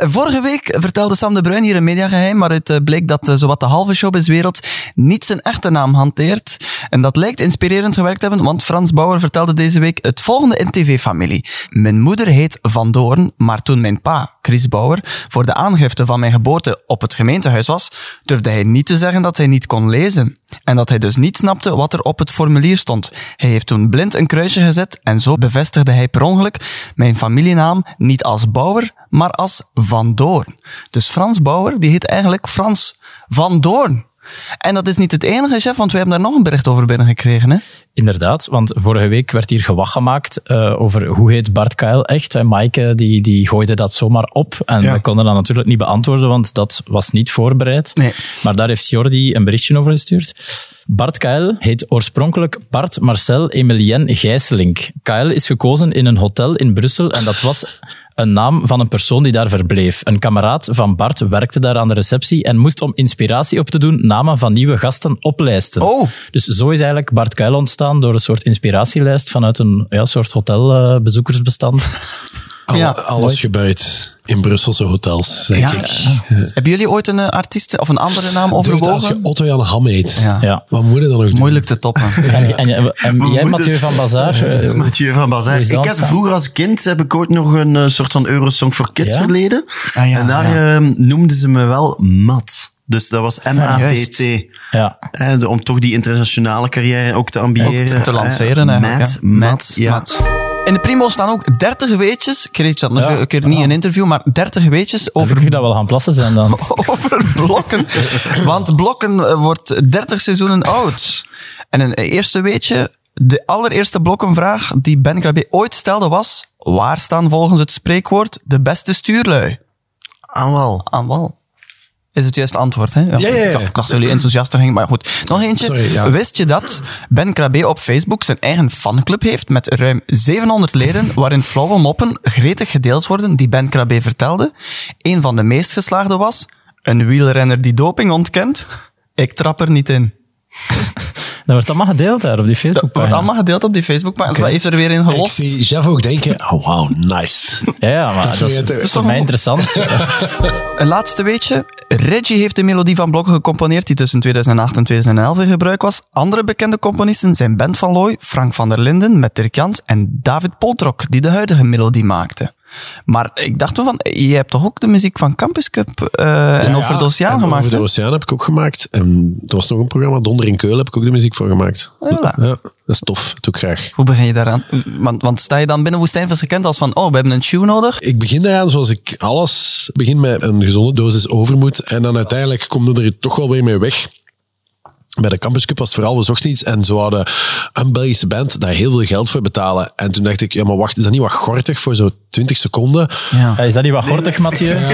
[SPEAKER 3] vorige week vertelde Sam de Bruin hier een mediageheim, maar het eh, bleek dat eh, zowat de halve showbizwereld niet zijn echte naam hanteert. En dat lijkt inspirerend gewerkt te hebben, want Frans Bauer vertelde deze week het volgende in TV-familie. Mijn moeder heet Van Doorn, maar toen mijn pa, Chris Bauer, voor de aangifte van mijn geboorte op het gemeentehuis was, durfde hij niet te zeggen dat hij niet kon lezen. En dat hij dus niet snapte wat er op het formulier stond. Hij heeft toen blind een kruisje gezet en zo bevestigde hij per ongeluk mijn familienaam niet als Bauer, maar als Van Doorn. Dus Frans Bauer, die heet eigenlijk Frans Van Doorn. En dat is niet het enige, chef, want we hebben daar nog een bericht over binnengekregen. Hè?
[SPEAKER 4] Inderdaad, want vorige week werd hier gewag gemaakt eh, over hoe heet Bart Kuil echt. En Maaike die, die gooide dat zomaar op. En we konden dat natuurlijk niet beantwoorden, want dat was niet voorbereid.
[SPEAKER 3] Nee.
[SPEAKER 4] Maar daar heeft Jordi een berichtje over gestuurd. Bart Kuil heet oorspronkelijk Bart Marcel Emilien Gijsselink. Kuil is gekozen in een hotel in Brussel en dat was een naam van een persoon die daar verbleef. Een kameraad van Bart werkte daar aan de receptie en moest om inspiratie op te doen namen van nieuwe gasten oplijsten.
[SPEAKER 3] Oh.
[SPEAKER 4] Dus zo is eigenlijk Bart Kuil ontstaan door een soort inspiratielijst vanuit een ja, soort eh, hotelbezoekersbestand.
[SPEAKER 5] Al-
[SPEAKER 3] Ja.
[SPEAKER 5] alles gebeurt in Brusselse hotels, denk
[SPEAKER 3] Ja.
[SPEAKER 5] ik.
[SPEAKER 3] Hebben jullie ooit een eh, artiest of een andere naam
[SPEAKER 5] Doe het als
[SPEAKER 3] overwogen?
[SPEAKER 5] je Otto-Jan Ham heet.
[SPEAKER 3] Ja.
[SPEAKER 4] ja.
[SPEAKER 5] Wat moet je dan ook doen?
[SPEAKER 3] Moeilijk te toppen.
[SPEAKER 4] En, en, en jij,
[SPEAKER 6] moeten-
[SPEAKER 4] Mathieu van Bazaar, eh,
[SPEAKER 6] Mathieu van Bazaar.
[SPEAKER 4] Hoe is dat
[SPEAKER 6] Ik heb
[SPEAKER 4] ontstaan?
[SPEAKER 6] vroeger als kind heb ik ooit nog een eh, soort van Eurosong voor Kids
[SPEAKER 4] Ja?
[SPEAKER 6] verleden.
[SPEAKER 3] Ah, ja, Ah,
[SPEAKER 6] en daar eh, noemden ze me wel Mat. Dus dat was M-A-T-T.
[SPEAKER 4] ja.
[SPEAKER 6] Eh, de- om toch die internationale carrière ook te ambiëren.
[SPEAKER 3] Ook te, te
[SPEAKER 6] Eh,
[SPEAKER 3] lanceren eigenlijk.
[SPEAKER 6] Mat,
[SPEAKER 3] hè.
[SPEAKER 6] Mat, ja.
[SPEAKER 3] Mat. In de Primo staan ook 30 weetjes. Ik reed dat een keer niet in een interview, maar 30 weetjes over
[SPEAKER 4] Gelukkig dat we al gaan plassen zijn dan.
[SPEAKER 3] over blokken. Want blokken eh, wordt 30 seizoenen oud. En een eerste weetje. De allereerste blokkenvraag die Ben Krabbe ooit stelde was... Waar staan volgens het spreekwoord de beste stuurlui?
[SPEAKER 6] Ah, wel.
[SPEAKER 3] Aan wal. Is het juiste antwoord, hè? Ja,
[SPEAKER 5] ja, ja.
[SPEAKER 3] Ik dacht, ik dacht dat jullie enthousiaster gingen, maar goed. Nog eentje.
[SPEAKER 5] Sorry, ja.
[SPEAKER 3] Wist je dat Ben Krabbe op Facebook zijn eigen fanclub heeft met ruim 700 leden, waarin flauwe moppen gretig gedeeld worden die Ben Krabbe vertelde? Een van de meest geslaagde was een wielrenner die doping ontkent. Ik trap er niet in.
[SPEAKER 4] Dat wordt allemaal gedeeld daar op die
[SPEAKER 3] Dat wordt
[SPEAKER 4] Facebookpagina.
[SPEAKER 3] allemaal gedeeld op die Facebookpagina. Hij heeft er weer in
[SPEAKER 5] Ik
[SPEAKER 3] gelost.
[SPEAKER 5] zie Jeff ook denken, oh wow, nice.
[SPEAKER 4] Ja, ja, maar dat,
[SPEAKER 5] vind
[SPEAKER 4] is,
[SPEAKER 5] je het-
[SPEAKER 4] dat
[SPEAKER 3] toch
[SPEAKER 4] is voor mij
[SPEAKER 3] een-
[SPEAKER 4] interessant.
[SPEAKER 3] Een laatste weetje. Reggie heeft de melodie van Blokken gecomponeerd die tussen 2008 en 2011 in gebruik was. Andere bekende componisten zijn Ben van Looy, Frank van der Linden met Dirk Jans en David Poltrok, die de huidige melodie maakte. Maar ik dacht wel van, je hebt toch ook de muziek van Campus Cup eh, en Over de Oceaan
[SPEAKER 5] En
[SPEAKER 3] gemaakt?
[SPEAKER 5] Over de
[SPEAKER 3] hè?
[SPEAKER 5] Oceaan heb ik ook gemaakt. En er was nog een programma, Donder in Keulen, heb ik ook de muziek voor gemaakt.
[SPEAKER 3] voilà.
[SPEAKER 5] Ja, dat is tof. Dat doe ik graag.
[SPEAKER 3] Hoe begin je daaraan? Want, want sta je dan binnen Woestijnvis gekend als van, oh, we hebben een tune nodig?
[SPEAKER 5] Ik begin daaraan zoals ik alles begin met een gezonde dosis overmoed. En dan uiteindelijk komt er toch wel weer mee weg. Bij de Campus Cup was het vooral, we zochten iets en ze hadden een Belgische band daar heel veel geld voor betalen. En toen dacht ik, ja maar wacht, is dat niet wat gortig voor zo'n 20 seconden? Ah,
[SPEAKER 3] Ja.
[SPEAKER 4] Ja, Is dat niet wat gortig, Mathieu?
[SPEAKER 6] Ik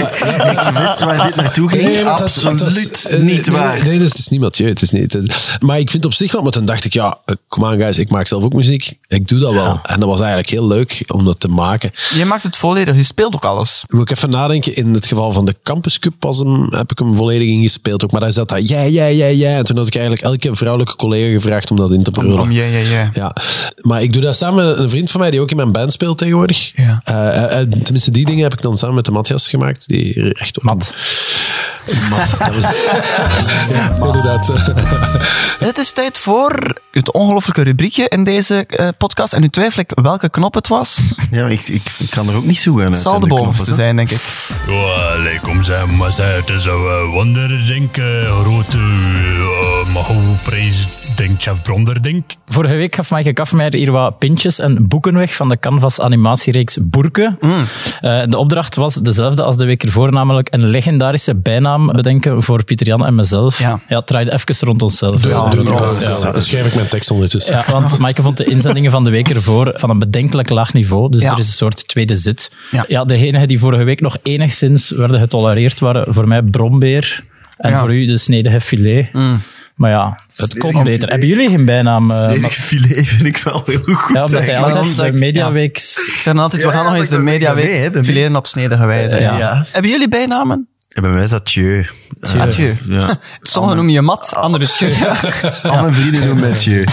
[SPEAKER 6] wist waar dit naartoe ging.
[SPEAKER 5] Nee, want dat-
[SPEAKER 6] Absoluut
[SPEAKER 5] dat was- eh,
[SPEAKER 6] niet
[SPEAKER 5] nee,
[SPEAKER 6] waar.
[SPEAKER 5] Nee, nee, dus het is niet Mathieu. Het is niet, het- maar ik vind op zich wel, want toen dacht ik, ja, eh, come on guys, ik maak zelf ook muziek. Ik doe dat wel. En dat was eigenlijk heel leuk om dat te maken.
[SPEAKER 3] Je maakt het volledig, je speelt ook alles.
[SPEAKER 5] Moet ik even nadenken, in het geval van de Campus Cup was hem, heb ik hem volledig ingespeeld ook. Maar daar zat dat, ja, ja, ja, ja. En toen had ik eigenlijk elke vrouwelijke collega gevraagd om dat in te brullen.
[SPEAKER 3] Om, ja, ja, ja.
[SPEAKER 5] Ja, maar ik doe dat samen met een vriend van mij die ook in mijn band speelt tegenwoordig.
[SPEAKER 3] Ja.
[SPEAKER 5] Eh, eh, tenminste, die dingen heb ik dan samen met de Matthias gemaakt. Die hier echt Mat. Mat, dat was- ja, inderdaad.
[SPEAKER 3] Het is tijd voor het ongelooflijke rubriekje in deze eh, podcast. En nu twijfel ik welke knop het was.
[SPEAKER 6] Ja, maar ik, ik, ik kan er ook niet zo aan uit.
[SPEAKER 3] Het zal
[SPEAKER 6] aan
[SPEAKER 3] de
[SPEAKER 6] knoppen,
[SPEAKER 3] bovenste
[SPEAKER 6] hè.
[SPEAKER 3] zijn, denk ik.
[SPEAKER 8] Allee, kom zeg maar, zeg, het is een eh, wonderdink, eh, grote, eh, maar hoe prijs, denk chef Bronderdink.
[SPEAKER 4] Vorige week gaf Maaike Kafmeijer hier wat pintjes en boeken weg van de canvas animatiereeks Boerke.
[SPEAKER 3] Hmm.
[SPEAKER 4] Eh, de opdracht was dezelfde als de week ervoor, namelijk een legendarische bijnaam bedenken voor Pieter Jan en mezelf.
[SPEAKER 3] Ja.
[SPEAKER 4] ja draai het even rond onszelf.
[SPEAKER 5] Doe-
[SPEAKER 4] Ja,
[SPEAKER 5] doe het
[SPEAKER 4] rond
[SPEAKER 5] trouwens.
[SPEAKER 4] onszelf.
[SPEAKER 5] Ja, Dan schrijf ik mijn tekst ondertussen.
[SPEAKER 4] Ja, want Maaike vond de inzendingen van de week ervoor van een bedenkelijk laag niveau. Dus
[SPEAKER 3] Ja.
[SPEAKER 4] er is een soort tweede zit.
[SPEAKER 3] Ja.
[SPEAKER 4] Ja. degenen die vorige week nog enigszins werden getolereerd waren, voor mij Brombeer, En
[SPEAKER 3] Ja. Hmm.
[SPEAKER 4] voor u de snede filet. Maar ja, het
[SPEAKER 6] Snedig
[SPEAKER 4] kon beter.
[SPEAKER 6] filet.
[SPEAKER 4] Hebben jullie geen bijnaam? eh,
[SPEAKER 6] Stevig
[SPEAKER 4] maar-
[SPEAKER 6] filet vind ik wel heel goed.
[SPEAKER 4] ja, omdat hij
[SPEAKER 6] eigenlijk.
[SPEAKER 3] Maar
[SPEAKER 4] altijd
[SPEAKER 3] omdat
[SPEAKER 4] de
[SPEAKER 3] ik-
[SPEAKER 4] mediaweek...
[SPEAKER 3] Ik zeg dan altijd, we
[SPEAKER 6] Ja,
[SPEAKER 3] gaan nog
[SPEAKER 6] dat
[SPEAKER 3] eens de
[SPEAKER 6] kan ik
[SPEAKER 3] media
[SPEAKER 6] wel mee, hè, bij
[SPEAKER 3] weer
[SPEAKER 6] mij.
[SPEAKER 3] fileren op sneden wijze.
[SPEAKER 4] Ja.
[SPEAKER 6] Ja.
[SPEAKER 3] Hebben jullie bijnamen?
[SPEAKER 6] En bij mij is dat Tjeu.
[SPEAKER 4] Ja.
[SPEAKER 3] Adieu.
[SPEAKER 9] Ja.
[SPEAKER 3] Sommigen noemen je Mat, anderen Tjeu.
[SPEAKER 6] Al mijn vrienden noemen mij Tjeu.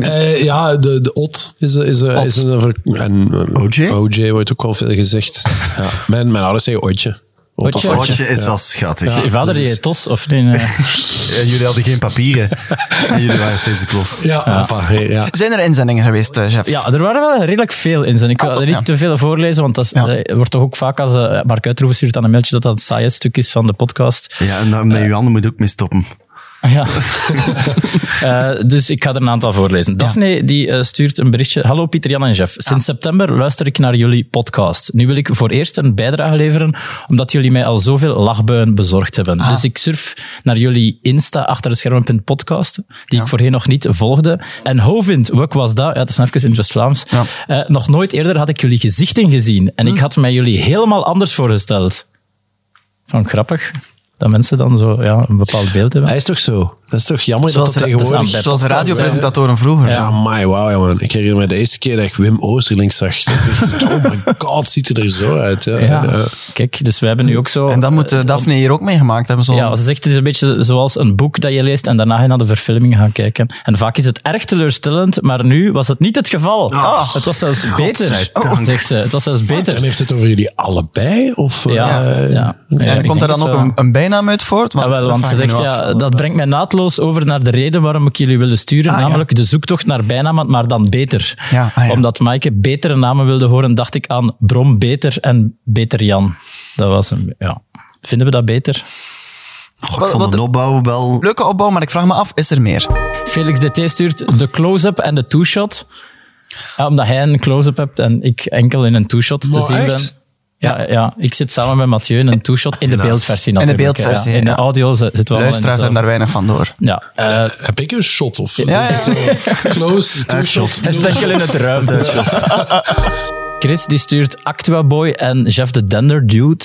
[SPEAKER 5] Eh, ja, de, de OT is, is, is een... ver- En, eh,
[SPEAKER 6] OJ?
[SPEAKER 5] OJ wordt ook wel veel gezegd. ja. mijn, mijn ouders zeggen Otje. Ot of
[SPEAKER 4] Otje.
[SPEAKER 5] Otje.
[SPEAKER 6] Potje is wel schattig.
[SPEAKER 4] Je vader die tos, of nee? nee.
[SPEAKER 6] Ja, jullie hadden geen papieren. en jullie waren steeds de klos.
[SPEAKER 5] Ja, papa, hey, ja.
[SPEAKER 3] Zijn er inzendingen geweest, eh, chef?
[SPEAKER 4] Ja, er waren wel redelijk veel in zijn. Ik wil
[SPEAKER 3] Ah,
[SPEAKER 4] er
[SPEAKER 3] toch,
[SPEAKER 4] niet
[SPEAKER 3] ja.
[SPEAKER 4] te veel voorlezen, want dat is- eh, wordt toch ook vaak als eh, Mark Uitroeven stuurt aan een mailtje dat dat het saaie stuk is van de podcast.
[SPEAKER 6] Ja, en dan met je handen moet je ook mee stoppen.
[SPEAKER 4] Ja. Eh, dus ik ga er een aantal voorlezen. Daphne die, eh, stuurt een berichtje. Hallo Pieter, Jan en Jeff. Sinds september luister ik naar jullie podcast. Nu wil ik voor eerst een bijdrage leveren, omdat jullie mij al zoveel lachbuien bezorgd hebben. Dus ik surf naar jullie Insta achter de schermen podcast, die ik voorheen nog niet volgde. En Hovind, wat was dat? Ja, dat is nog even in het Vlaams. nog nooit eerder had ik jullie gezichten gezien. En ik had mij jullie helemaal anders voorgesteld. Van grappig. Dat mensen dan zo ja, een bepaald beeld hebben.
[SPEAKER 5] Hij is toch zo? Dat is toch jammer
[SPEAKER 3] Zoals,
[SPEAKER 5] dat dat tegenwoordig...
[SPEAKER 3] ra- zoals radiopresentatoren vroeger.
[SPEAKER 5] Ja, my wauw, jongen. Ik herinner me de eerste keer dat ik Wim Oosterling zag. Dat ik dacht, oh my god, ziet hij er zo uit. Ja,
[SPEAKER 4] Ja.
[SPEAKER 5] ja.
[SPEAKER 4] Kijk, dus we hebben nu ook zo...
[SPEAKER 3] En dat moet eh, Daphne hier ook meegemaakt hebben. Zo.
[SPEAKER 4] ja, ze zegt, het is een beetje zoals een boek dat je leest en daarna ga je naar de verfilming gaan kijken. En vaak is het erg teleurstellend, maar nu was het niet het geval.
[SPEAKER 3] Ah.
[SPEAKER 4] Oh. het was zelfs beter,
[SPEAKER 6] godzijdank.
[SPEAKER 4] zegt ze. Het was zelfs
[SPEAKER 5] En
[SPEAKER 4] beter.
[SPEAKER 5] heeft het over jullie allebei? Of, eh,
[SPEAKER 4] Ja, ja. Ja,
[SPEAKER 3] en
[SPEAKER 4] ik
[SPEAKER 3] komt
[SPEAKER 4] denk
[SPEAKER 3] er dan
[SPEAKER 4] het
[SPEAKER 3] ook
[SPEAKER 4] wel.
[SPEAKER 3] een, een bijnaam uit voort?
[SPEAKER 4] Ja, wel,
[SPEAKER 3] dat
[SPEAKER 4] want
[SPEAKER 3] vraag
[SPEAKER 4] ze
[SPEAKER 3] ik me
[SPEAKER 4] zegt,
[SPEAKER 3] af.
[SPEAKER 4] ja, dat brengt mij naadloos over naar de reden waarom ik jullie wilde sturen, namelijk de zoektocht naar bijnamen, maar dan beter.
[SPEAKER 3] Ah, Ja, ah, ja.
[SPEAKER 4] Omdat Maaike betere namen wilde horen, dacht ik aan Brom Beter en Beter Jan. Dat was hem, ja. Vinden we dat beter?
[SPEAKER 6] Goh, ik vond een opbouw wel...
[SPEAKER 3] Leuke opbouw, maar ik vraag me af, is er meer?
[SPEAKER 4] Felix DT stuurt de close-up en de two-shot. Ja, omdat hij een close-up hebt en ik enkel in een two-shot te
[SPEAKER 5] Maar
[SPEAKER 4] zien
[SPEAKER 5] echt?
[SPEAKER 4] ben. Ja, ja, ik zit samen met Mathieu in een two-shot in de beeldversie
[SPEAKER 3] de
[SPEAKER 4] natuurlijk.
[SPEAKER 3] beeldversie,
[SPEAKER 4] hè. In de
[SPEAKER 3] ja.
[SPEAKER 4] audio zi- zitten we allemaal in
[SPEAKER 3] Luisteraars hebben daar
[SPEAKER 4] dezelfde-
[SPEAKER 3] weinig van door.
[SPEAKER 4] Ja, eh,
[SPEAKER 5] Heb ik een shot? Of,
[SPEAKER 3] ja,
[SPEAKER 5] dat is zo close, two shot.
[SPEAKER 4] hij is enkel in het ruim. Chris die stuurt Actua Boy en Jeff de Dender Dude.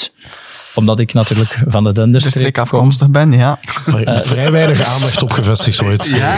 [SPEAKER 4] Omdat ik natuurlijk van de
[SPEAKER 3] De
[SPEAKER 4] Denderstreek
[SPEAKER 3] streek
[SPEAKER 4] kom.
[SPEAKER 3] afkomstig ben, ja.
[SPEAKER 5] Waar vrij weinig aandacht op gevestigd wordt.
[SPEAKER 6] Ja?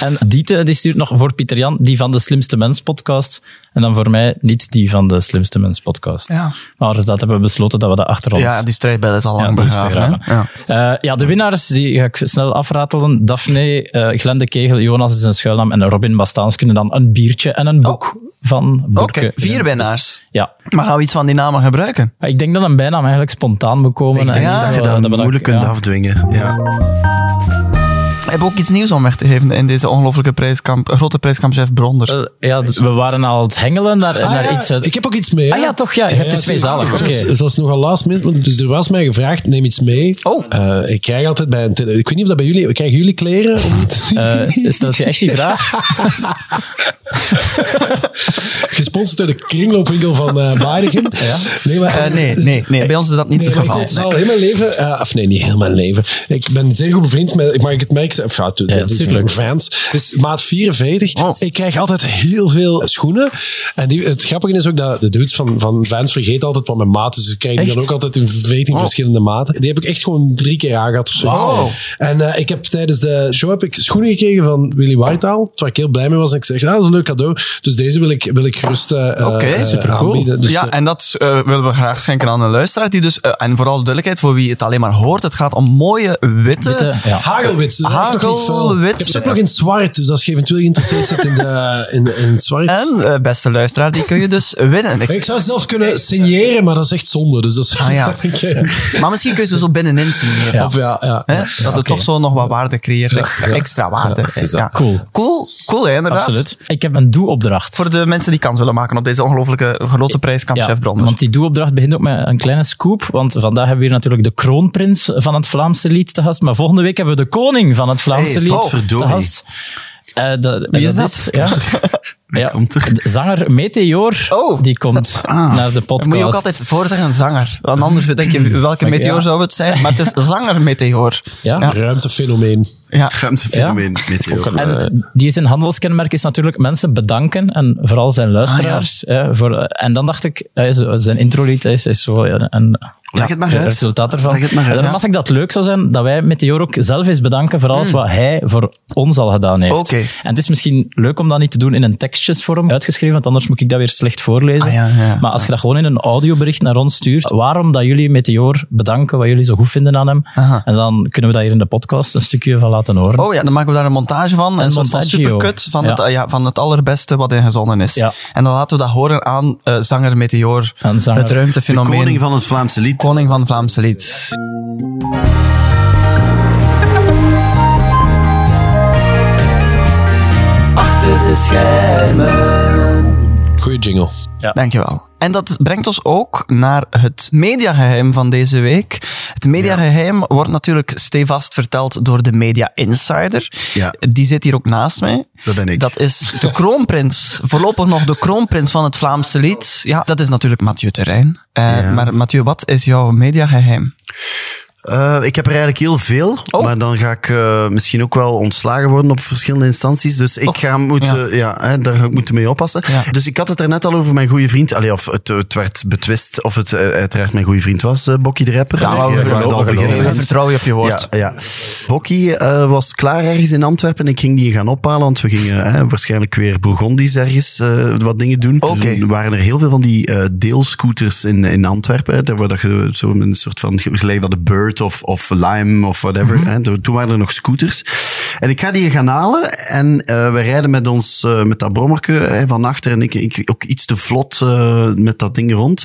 [SPEAKER 4] En Diete die stuurt nog voor Pieter Jan die van de Slimste Mens podcast. En dan voor mij niet die van de Slimste Mens podcast.
[SPEAKER 3] Ja.
[SPEAKER 4] Maar dat hebben we besloten dat we dat achter ons...
[SPEAKER 3] Ja, die strijdbel is al
[SPEAKER 4] Ja,
[SPEAKER 3] lang
[SPEAKER 4] dat is
[SPEAKER 3] begraven. hè? Ja.
[SPEAKER 4] begraven. Eh, ja, de winnaars die ga ik snel afratelen. Daphne, eh Glenn de Kegel, Jonas is een schuilnaam en Robin Bastaans kunnen dan een biertje en een boek van
[SPEAKER 3] Oké,
[SPEAKER 4] Borke.
[SPEAKER 3] vier winnaars.
[SPEAKER 4] Ja.
[SPEAKER 3] Maar gaan we iets van die namen gebruiken?
[SPEAKER 4] Maar Ik denk dat een bijnaam eigenlijk spontaan moet komen.
[SPEAKER 6] Ik denk
[SPEAKER 4] en
[SPEAKER 3] Ja,
[SPEAKER 6] dat
[SPEAKER 4] zo,
[SPEAKER 6] je
[SPEAKER 4] eh,
[SPEAKER 6] dat,
[SPEAKER 4] we
[SPEAKER 6] moeilijk
[SPEAKER 4] ja.
[SPEAKER 6] kunt afdwingen. Ja.
[SPEAKER 3] We hebben ook iets nieuws om weg te geven in deze ongelooflijke prijskamp, eh, grote prijskampchef Bronder.
[SPEAKER 4] Eh, ja, d- we waren al aan het hengelen naar, naar iets uit...
[SPEAKER 5] Ah, Ik heb ook iets mee.
[SPEAKER 4] Ah ja, toch, ja, je hebt iets mee, zalig,
[SPEAKER 5] Het was,
[SPEAKER 4] oké.
[SPEAKER 5] het was nogal last minute, want dus er was mij gevraagd, neem iets mee.
[SPEAKER 3] Oh.
[SPEAKER 5] Eh, ik krijg altijd bij een tele- Ik weet niet of dat bij jullie... Krijgen jullie kleren? Of niet?
[SPEAKER 4] Eh, stelt je echt die vraag?
[SPEAKER 5] Gesponsord door de kringloopwinkel van eh Baardigem. Nee, maar,
[SPEAKER 3] Eh, nee, nee, nee, bij ons is dat niet
[SPEAKER 5] Nee,
[SPEAKER 3] het
[SPEAKER 5] maar ik
[SPEAKER 3] geval.
[SPEAKER 5] weet het
[SPEAKER 3] Nee.
[SPEAKER 5] al heel mijn leven, eh, of nee, niet heel mijn leven. Ik ben zeer goed bevriend met, ik maak het merk, of ja, het- het is
[SPEAKER 4] tuurlijk.
[SPEAKER 5] fans. Dus maat 44.
[SPEAKER 3] Oh.
[SPEAKER 5] Ik krijg altijd heel veel schoenen. En die, het grappige is ook dat de dudes van, van Vans vergeet altijd wat mijn maat. Dus ik krijg die dan
[SPEAKER 4] Echt?
[SPEAKER 5] ook altijd in 14
[SPEAKER 3] Oh.
[SPEAKER 5] verschillende maten. Die heb ik echt gewoon drie keer aangehad of zoiets.
[SPEAKER 3] Wow.
[SPEAKER 5] En eh, ik heb tijdens de show heb ik schoenen gekregen van Willy Whitehall. Waar ik heel blij mee was. En ik zeg, ah, dat is een leuk cadeau. Dus deze wil ik, wil ik gerust eh
[SPEAKER 3] Oké,
[SPEAKER 5] eh,
[SPEAKER 4] supercool.
[SPEAKER 5] aanbieden. Dus,
[SPEAKER 3] ja,
[SPEAKER 5] eh,
[SPEAKER 3] en dat eh, willen we graag schenken aan een luisteraar die dus, eh, en vooral de duidelijkheid voor wie het alleen maar hoort, het gaat om mooie witte,
[SPEAKER 4] Witte, ja.
[SPEAKER 5] Hagelwit. dus dat is nog niet fel.
[SPEAKER 3] Hagelwit.
[SPEAKER 5] Ik heb ze ook nog in zwart, dus als je eventueel geïnteresseerd zit in, de, in, in zwart.
[SPEAKER 3] en eh, beste luisteraar, die kun je dus winnen. Ik-
[SPEAKER 5] Ik zou ze zelf kunnen signeren, maar dat is echt zonde. Dus dat is
[SPEAKER 3] Ah, ja.
[SPEAKER 5] Ik, eh,
[SPEAKER 3] maar misschien kun je ze zo binnenin zien. hier.
[SPEAKER 5] Of ja, ja.
[SPEAKER 3] Hè? dat het toch zo nog wat waarde creëert. Extra, extra waarde. Ja.
[SPEAKER 4] Cool.
[SPEAKER 3] Cool, cool hè, inderdaad.
[SPEAKER 4] Absoluut. Ik heb een doe-opdracht.
[SPEAKER 3] Voor de mensen die kans willen maken op deze ongelooflijke grote prijskamp,
[SPEAKER 4] Ja,
[SPEAKER 3] Chef Bronner.
[SPEAKER 4] want die doe-opdracht begint ook met een kleine scoop. Want vandaag hebben we hier natuurlijk de kroonprins van het Vlaamse lied te gast. Maar volgende week hebben we de koning van het Vlaamse
[SPEAKER 6] Hey,
[SPEAKER 4] lied te
[SPEAKER 6] potverdorie.
[SPEAKER 4] gast. Eh, de-
[SPEAKER 3] Wie is
[SPEAKER 4] ja. ja,
[SPEAKER 6] komt er?
[SPEAKER 4] de zanger Meteor,
[SPEAKER 3] Oh.
[SPEAKER 4] die komt naar de podcast.
[SPEAKER 3] Dat moet je ook altijd voorzeggen, zanger. Want anders denk je, welke meteor
[SPEAKER 4] ja.
[SPEAKER 3] zou het zijn? Maar het is zanger-meteoor.
[SPEAKER 4] Ja.
[SPEAKER 5] Ruimtefenomeen.
[SPEAKER 3] Ja.
[SPEAKER 6] Ruimtefenomeen. Meteor.
[SPEAKER 4] En die zijn handelskenmerk is natuurlijk mensen bedanken en
[SPEAKER 6] Ah,
[SPEAKER 4] vooral zijn luisteraars. eh, voor, en dan dacht ik, hij is- zijn introlied is, is zo een, een
[SPEAKER 6] Leg het maar
[SPEAKER 4] het
[SPEAKER 6] uit.
[SPEAKER 4] resultaat ervan.
[SPEAKER 6] Leg het maar
[SPEAKER 4] En
[SPEAKER 6] uit.
[SPEAKER 4] daarom dacht ik dat het leuk zou zijn dat wij Meteor ook zelf eens bedanken voor alles wat hij voor ons al gedaan heeft.
[SPEAKER 6] Hmm. Oké.
[SPEAKER 4] En het is misschien leuk om dat niet te doen in een tekstjesvorm uitgeschreven, want anders moet ik dat weer slecht voorlezen.
[SPEAKER 3] Ah, ja, ja.
[SPEAKER 4] maar als je dat gewoon in een audiobericht naar ons stuurt, waarom dat jullie Meteor bedanken, wat jullie zo goed vinden aan hem.
[SPEAKER 3] Aha.
[SPEAKER 4] En dan kunnen we dat hier in de podcast een stukje van laten horen.
[SPEAKER 3] Oh ja, dan maken we daar een montage van. Een soort van
[SPEAKER 4] montaggio.
[SPEAKER 3] supercut van, het,
[SPEAKER 4] Ja.
[SPEAKER 3] ja, van het allerbeste wat in gezonden is.
[SPEAKER 4] Ja.
[SPEAKER 3] En dan laten we dat horen aan eh, zanger Meteor.
[SPEAKER 4] Aan zanger.
[SPEAKER 3] Het
[SPEAKER 6] De
[SPEAKER 3] ruimtefenomeen.
[SPEAKER 6] koning van het Vlaamse lied.
[SPEAKER 3] Koning van Vlaamse lied.
[SPEAKER 5] Goeie jingle.
[SPEAKER 3] Dankjewel. En dat brengt ons ook naar het mediageheim van deze week. Het mediageheim wordt natuurlijk stevast verteld door de media insider.
[SPEAKER 6] Ja.
[SPEAKER 3] Die zit hier ook naast mij.
[SPEAKER 6] Dat ben ik.
[SPEAKER 3] Dat is de kroonprins. Voorlopig nog de kroonprins van het Vlaamse lied. Ja, dat is natuurlijk Mathieu Terrein. Eh, Maar Mathieu, wat is jouw mediageheim?
[SPEAKER 6] Eh, ik heb er eigenlijk heel veel, maar dan ga ik eh, misschien ook wel ontslagen worden op verschillende instanties. Dus ik
[SPEAKER 3] Och,
[SPEAKER 6] ga moeten, ja. hè, daar ga ik moeten mee oppassen.
[SPEAKER 3] Ja.
[SPEAKER 6] Dus ik had het er net al over mijn goede vriend. Allee, of het, het werd betwist of het eh, uiteraard mijn goede vriend was, eh Bokkie de Rapper.
[SPEAKER 3] Ja,
[SPEAKER 6] Want
[SPEAKER 3] we
[SPEAKER 6] jij hebt
[SPEAKER 3] geloven,
[SPEAKER 6] het al
[SPEAKER 3] we
[SPEAKER 6] begrepen.
[SPEAKER 3] geloven. Vertrouw je op je woord.
[SPEAKER 6] Ja, ja. Bokkie eh, was klaar ergens in Antwerpen. Ik ging die gaan ophalen, want we gingen hè, waarschijnlijk weer Bourgondisch ergens eh, wat dingen doen. Toen
[SPEAKER 3] Oké.
[SPEAKER 6] waren er heel veel van die eh, deelscooters in, in Antwerpen. Hè, daar waar dat je zo een soort van, gelijk dat de Bird of, of Lime of whatever. hè. Toen- Toen waren er nog scooters. En ik ga die gaan halen en eh we rijden met ons, eh, met dat brommerke hè, van achter. En ik, ik ook iets te vlot eh, met dat ding rond.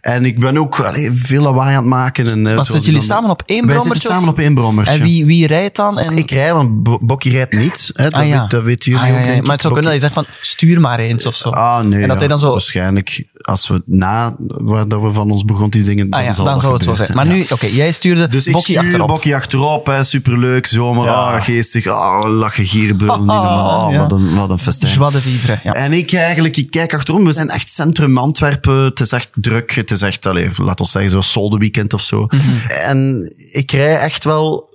[SPEAKER 6] En ik ben ook allee, veel lawaai aan het maken. En, eh,
[SPEAKER 3] Wat,
[SPEAKER 6] zo
[SPEAKER 3] zitten jullie
[SPEAKER 6] dan-
[SPEAKER 3] samen op één
[SPEAKER 6] Wij
[SPEAKER 3] brommertje
[SPEAKER 6] zitten
[SPEAKER 3] of-
[SPEAKER 6] samen op één brommertje.
[SPEAKER 3] En wie, wie rijdt dan? En...
[SPEAKER 6] Ik rij, want Bo- Bokkie rijdt niet. Hè? Dat,
[SPEAKER 3] Ah, ja.
[SPEAKER 6] weet, dat weten jullie
[SPEAKER 3] Ah, ja,
[SPEAKER 6] ook.
[SPEAKER 3] ja.
[SPEAKER 6] denk ik.
[SPEAKER 3] Maar het zou kunnen dat je zegt van, stuur maar eens of zo.
[SPEAKER 6] Ah, nee.
[SPEAKER 3] En dat
[SPEAKER 6] ja.
[SPEAKER 3] hij dan zo-
[SPEAKER 6] Waarschijnlijk, als we na waar dat we van ons begon die zingen, dan
[SPEAKER 3] Ah ja,
[SPEAKER 6] zal
[SPEAKER 3] dan
[SPEAKER 6] dat
[SPEAKER 3] zou het zo
[SPEAKER 6] gebeurd
[SPEAKER 3] zijn. Maar nu, oké, jij stuurde
[SPEAKER 6] Dus ik
[SPEAKER 3] Bokkie
[SPEAKER 6] stuur
[SPEAKER 3] achterop.
[SPEAKER 6] Bokkie achterop, hè, superleuk, zomer, ah, geestig, ah, lachen, gieren, brullen, niet normaal. Ah,
[SPEAKER 3] Ja.
[SPEAKER 6] wat, een, wat een festijn.
[SPEAKER 3] Joie de vivre, ja.
[SPEAKER 6] En ik eigenlijk, ik kijk achterom. We zijn echt centrum Antwerpen. Het is echt druk. Het is echt, allee, laat ons zeggen, zo'n soldenweekend of zo.
[SPEAKER 3] Mhm.
[SPEAKER 6] En ik rij echt wel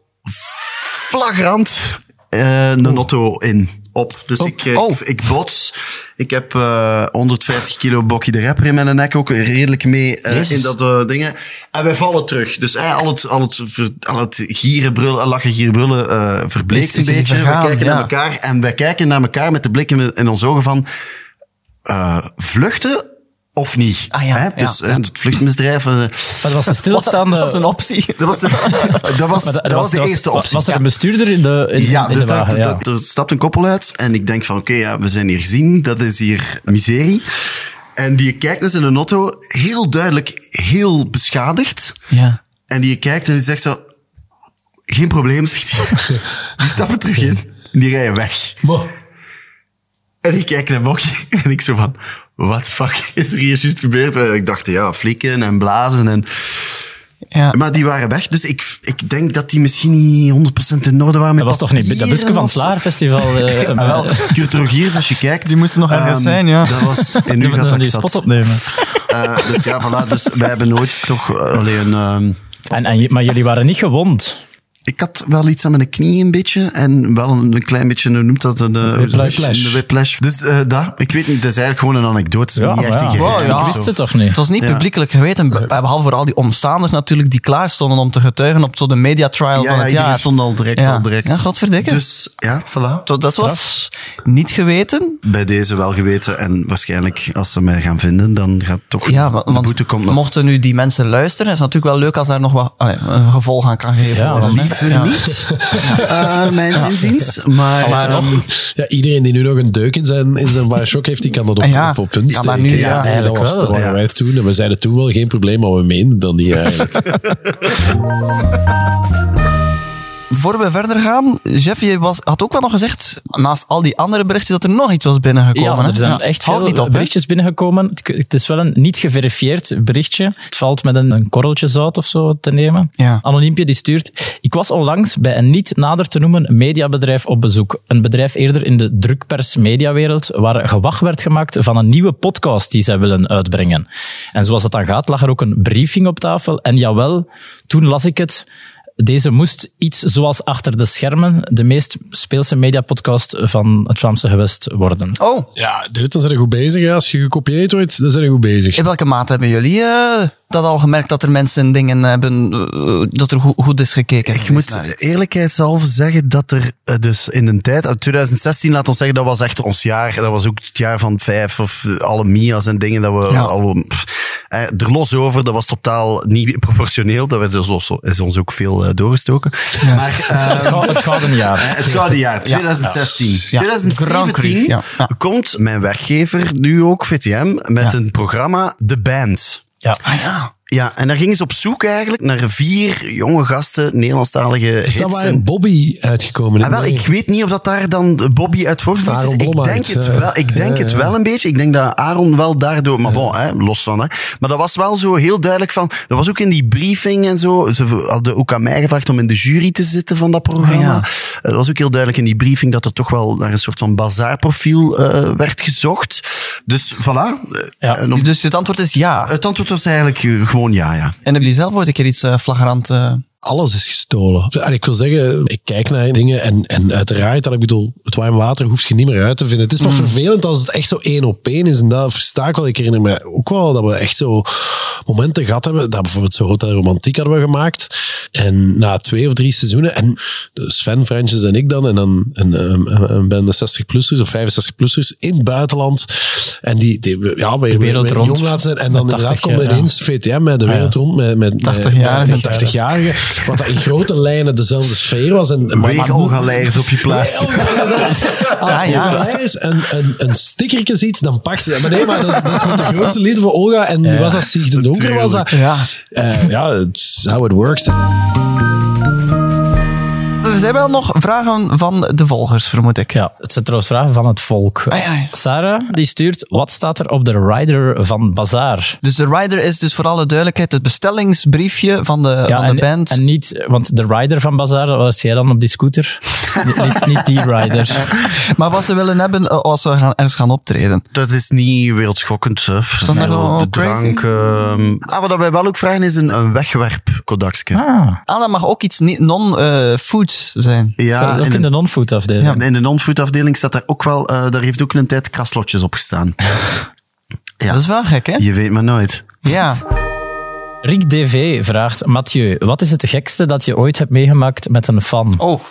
[SPEAKER 6] flagrant eh, een auto in. Op. Dus ik, eh,
[SPEAKER 3] Oh.
[SPEAKER 6] ik, ik bots. Ik heb eh, 150 kilo Bokkie de Rapper in mijn nek ook redelijk mee eh, in dat eh, dingen. En wij vallen terug. Dus eh, al, het, al, het, ver- al het gieren, brullen, lachen, gieren, brullen eh, verbleekt
[SPEAKER 3] Is-
[SPEAKER 6] een
[SPEAKER 3] is die
[SPEAKER 6] beetje.
[SPEAKER 3] vergaan,
[SPEAKER 6] we kijken
[SPEAKER 3] ja.
[SPEAKER 6] naar elkaar en wij kijken naar elkaar met de blikken in onze ogen van eh, vluchten of niet.
[SPEAKER 3] Ah, ja,
[SPEAKER 6] Hè? Dus
[SPEAKER 3] ja,
[SPEAKER 6] eh, het vluchtmisdrijf. eh,
[SPEAKER 4] Maar dat was een stilstaande...
[SPEAKER 3] Dat is een optie.
[SPEAKER 6] dat was de, dat was,
[SPEAKER 4] Maar
[SPEAKER 6] dat was de eerste optie.
[SPEAKER 4] Was er een bestuurder in de, in,
[SPEAKER 6] Ja,
[SPEAKER 4] in
[SPEAKER 6] dus
[SPEAKER 4] de
[SPEAKER 6] daar-
[SPEAKER 4] wagen?
[SPEAKER 6] dat,
[SPEAKER 4] ja.
[SPEAKER 6] dat- er stapt een koppel uit en ik denk van oké, ja, we zijn hier gezien, dat is hier miserie. En die kijkt naar zijn auto, heel duidelijk, heel beschadigd.
[SPEAKER 3] Ja.
[SPEAKER 6] En die kijkt en die zegt zo, geen probleem, zegt hij. Die stappen terug in en die rijden weg. En ik kijk naar Bokje en ik zo van, what the fuck is er hier juist gebeurd? Eh, Ik dacht, ja, flikken en blazen en...
[SPEAKER 3] ja.
[SPEAKER 6] Maar die waren weg, dus ik, ik denk dat die misschien niet 100% in orde waren met
[SPEAKER 4] Dat was toch niet dat busje
[SPEAKER 6] papieren of
[SPEAKER 4] van het
[SPEAKER 6] zo?
[SPEAKER 4] Slaarfestival? eh,
[SPEAKER 6] Ah, wel, Cultuurgiers, als je kijkt...
[SPEAKER 3] Die moesten nog ergens
[SPEAKER 6] ehm,
[SPEAKER 3] zijn, ja.
[SPEAKER 6] Dat was... En nu
[SPEAKER 4] die
[SPEAKER 6] gaat dat
[SPEAKER 4] die
[SPEAKER 6] ik
[SPEAKER 4] spot
[SPEAKER 6] zat.
[SPEAKER 4] opnemen.
[SPEAKER 6] Eh, dus ja, voilà. Dus wij hebben nooit toch eh, alleen... ehm,
[SPEAKER 4] En, en, je- maar jullie waren niet gewond.
[SPEAKER 6] ik had wel iets aan mijn knie een beetje. En wel een, een klein beetje, hoe noemt dat? Een eh,
[SPEAKER 4] Whiplash.
[SPEAKER 6] Een whiplash. Dus eh daar, ik weet niet, het is eigenlijk gewoon een anekdote. Ja, niet echt
[SPEAKER 4] maar
[SPEAKER 6] een
[SPEAKER 4] ja.
[SPEAKER 6] geheim
[SPEAKER 3] Wow, ja.
[SPEAKER 6] of
[SPEAKER 4] Ik
[SPEAKER 6] zo.
[SPEAKER 4] wist het toch
[SPEAKER 3] Het
[SPEAKER 4] niet?
[SPEAKER 3] was niet publiekelijk geweten, be- behalve voor al die omstaanders natuurlijk, die klaar stonden om te getuigen op zo'n mediatrial
[SPEAKER 6] Ja,
[SPEAKER 3] van
[SPEAKER 6] ja,
[SPEAKER 3] het
[SPEAKER 6] iedereen
[SPEAKER 3] jaar.
[SPEAKER 6] stond al direct,
[SPEAKER 3] Ja.
[SPEAKER 6] al direct.
[SPEAKER 3] Ja, godverdikke.
[SPEAKER 6] Dus ja, voilà.
[SPEAKER 3] Dat dat was niet geweten.
[SPEAKER 6] Bij deze wel geweten. En waarschijnlijk, als ze mij gaan vinden, dan gaat toch
[SPEAKER 3] Ja, wa-
[SPEAKER 6] de
[SPEAKER 3] want
[SPEAKER 6] boete komt nog.
[SPEAKER 3] mochten nu die mensen luisteren, is het natuurlijk wel leuk als daar nog wat allee, een gevolg aan kan geven.
[SPEAKER 4] Ja,
[SPEAKER 3] worden, hè.
[SPEAKER 6] Liever
[SPEAKER 3] Ja.
[SPEAKER 6] niet, Eh, mijn zinziens. Maar, ehm,
[SPEAKER 5] Ja, iedereen die nu nog een deuk in zijn, in zijn Bioshock heeft, die kan dat op,
[SPEAKER 3] Ah, Ja.
[SPEAKER 5] op, op punt
[SPEAKER 3] Ja, maar nu, ja,
[SPEAKER 5] steken. nee, dat
[SPEAKER 4] eigenlijk
[SPEAKER 5] was,
[SPEAKER 4] wel,
[SPEAKER 5] dat waren
[SPEAKER 6] ja.
[SPEAKER 5] wij toen. En we zeiden toen wel geen probleem, maar we meenden dan niet eigenlijk.
[SPEAKER 3] Voor we verder gaan, Jeff, je was, had ook wel nog gezegd, naast al die andere berichtjes, dat er nog iets was binnengekomen.
[SPEAKER 4] Ja,
[SPEAKER 3] hè?
[SPEAKER 4] er zijn
[SPEAKER 3] Ja.
[SPEAKER 4] echt
[SPEAKER 3] Houd
[SPEAKER 4] veel
[SPEAKER 3] niet op, hè.
[SPEAKER 4] berichtjes binnengekomen. Het- Het is wel een niet geverifieerd berichtje. Het valt met een, een korreltje zout of zo te nemen.
[SPEAKER 3] Ja.
[SPEAKER 4] Anoniempje die stuurt. Ik was onlangs bij een niet nader te noemen mediabedrijf op bezoek. Een bedrijf eerder in de drukpers mediawereld waar gewacht werd gemaakt van een nieuwe podcast die zij willen uitbrengen. En zoals dat dan gaat, lag er ook een briefing op tafel. En jawel, toen las ik het. Deze moest iets zoals achter de schermen de meest speelse mediapodcast van het Vlaamse gewest worden.
[SPEAKER 7] Oh,
[SPEAKER 5] Ja, dit, dan zijn we goed bezig. hè. Als je gekopieerd wordt, dan zijn we goed bezig.
[SPEAKER 7] in welke mate hebben jullie eh, dat al gemerkt dat er mensen dingen hebben, eh, dat er goed, goed is gekeken?
[SPEAKER 6] Ik moet eerlijkheidshalve zeggen dat er eh, dus in een tijd, eh, 2016 laat ons zeggen, dat was echt ons jaar. Dat was ook het jaar van vijf of eh, alle Mia's en dingen dat we
[SPEAKER 7] Ja.
[SPEAKER 6] al pff, eh, er los over. Dat was totaal niet proportioneel. Dat werd dus ons- is ons ook veel eh, doorgestoken. Maar eh,
[SPEAKER 4] Het gouden jaar.
[SPEAKER 6] eh, het gouden jaar, 2016.
[SPEAKER 7] Grand Prix,
[SPEAKER 6] 2017
[SPEAKER 7] ja. Ja.
[SPEAKER 6] komt mijn werkgever, nu ook VTM, met een programma De Band.
[SPEAKER 4] Ja.
[SPEAKER 6] Ah, Ja, en daar gingen ze op zoek eigenlijk naar vier jonge gasten, Nederlandstalige
[SPEAKER 5] Is dat
[SPEAKER 6] hits.
[SPEAKER 5] waar
[SPEAKER 6] en-
[SPEAKER 5] Bobby uitgekomen is?
[SPEAKER 6] Ah, wel, ik weet niet of dat daar dan Bobby uit voortvloeit.
[SPEAKER 5] Aaron
[SPEAKER 6] Ik denk
[SPEAKER 5] Blommaert,
[SPEAKER 6] het
[SPEAKER 5] eh,
[SPEAKER 6] wel. Ik denk
[SPEAKER 5] ja,
[SPEAKER 6] het
[SPEAKER 5] ja.
[SPEAKER 6] wel een beetje. Ik denk dat Aaron wel daardoor... Maar bon, hè, los van. Hè. Maar dat was wel zo heel duidelijk van... Dat was ook in die briefing en zo. Ze hadden ook aan mij gevraagd om in de jury te zitten van dat programma.
[SPEAKER 7] Ah,
[SPEAKER 6] Het was ook heel duidelijk in die briefing dat er toch wel naar een soort van bazaarprofiel eh, werd gezocht. Dus voilà.
[SPEAKER 4] Ja.
[SPEAKER 6] En om-
[SPEAKER 7] Dus het antwoord is ja.
[SPEAKER 6] Het antwoord was eigenlijk eh, gewoon ja, ja.
[SPEAKER 7] En hebben jullie zelf ooit een keer iets eh, flagrant... eh,
[SPEAKER 5] alles is gestolen. En ik wil zeggen, ik kijk naar dingen en, en uiteraard, dat ik bedoel, het warm water hoef je niet meer uit te vinden. Het is
[SPEAKER 4] Mm.
[SPEAKER 5] pas vervelend als het echt zo één op één is. En dat versta ik wel. Ik herinner me ook wel dat we echt zo momenten gehad hebben. Dat bijvoorbeeld zo Hotel Romantiek hadden we gemaakt. En na twee of drie seizoenen, en Sven, Francis en ik dan, en dan een, een, een bende 60-plussers of 65-plussers in het buitenland. En die, die ja, we,
[SPEAKER 4] wereld
[SPEAKER 5] we- we
[SPEAKER 4] rond.
[SPEAKER 5] jong laten zijn. En dan
[SPEAKER 4] Met
[SPEAKER 5] inderdaad
[SPEAKER 4] 80,
[SPEAKER 5] komt
[SPEAKER 4] ja. Ah,
[SPEAKER 5] ineens VTM met de
[SPEAKER 4] ja.
[SPEAKER 5] wereld rond, met, met
[SPEAKER 7] 80-jarigen.
[SPEAKER 5] met 80-jarigen. Wat dat in grote lijnen dezelfde sfeer was. En, maar- maar-
[SPEAKER 6] Weegalgaleiers op je plaats.
[SPEAKER 5] als
[SPEAKER 7] Ja, ja.
[SPEAKER 5] Olga is en een, een stickertje ziet, dan pakt ze dat. Maar nee, maar dat is, dat is met de grootste liefde voor Olga. En
[SPEAKER 4] Ja.
[SPEAKER 5] was dat Sieg de Donker? Was dat,
[SPEAKER 7] Ja.
[SPEAKER 5] Eh, ja, it's how it works.
[SPEAKER 7] Er zijn wel nog vragen van de volgers, vermoed ik.
[SPEAKER 4] Ja, het zijn trouwens vragen van het volk.
[SPEAKER 7] Ah, ja, ja.
[SPEAKER 4] Sarah die stuurt, wat staat er op de rider van Bazaar?
[SPEAKER 7] Dus de rider is dus voor alle duidelijkheid het bestellingsbriefje van de, van de
[SPEAKER 4] en,
[SPEAKER 7] band.
[SPEAKER 4] en niet, want de rider van Bazaar, dat was jij dan op die scooter? niet, niet, niet die rider.
[SPEAKER 7] Maar wat ze willen hebben eh, als ze gaan, ergens gaan optreden.
[SPEAKER 6] Dat is niet wereldschokkend. hè.
[SPEAKER 7] dat
[SPEAKER 6] Veel
[SPEAKER 7] wel
[SPEAKER 6] drank. ehm. Ah, wat wij wel ook vragen is een, een wegwerp kodakske.
[SPEAKER 4] Ah,
[SPEAKER 7] Ah, dat mag ook iets non-food zijn.
[SPEAKER 6] Ja,
[SPEAKER 4] ook
[SPEAKER 6] en
[SPEAKER 4] in de
[SPEAKER 6] in,
[SPEAKER 4] non-food afdeling.
[SPEAKER 6] in de non-food afdeling staat daar ook wel, eh, daar heeft ook een tijd kraslotjes op gestaan. Ja.
[SPEAKER 7] Dat is wel gek, hè?
[SPEAKER 6] Je weet maar nooit.
[SPEAKER 7] Ja.
[SPEAKER 4] Rick DV vraagt, Mathieu, wat is het gekste dat je ooit hebt meegemaakt met een fan?
[SPEAKER 7] Oh.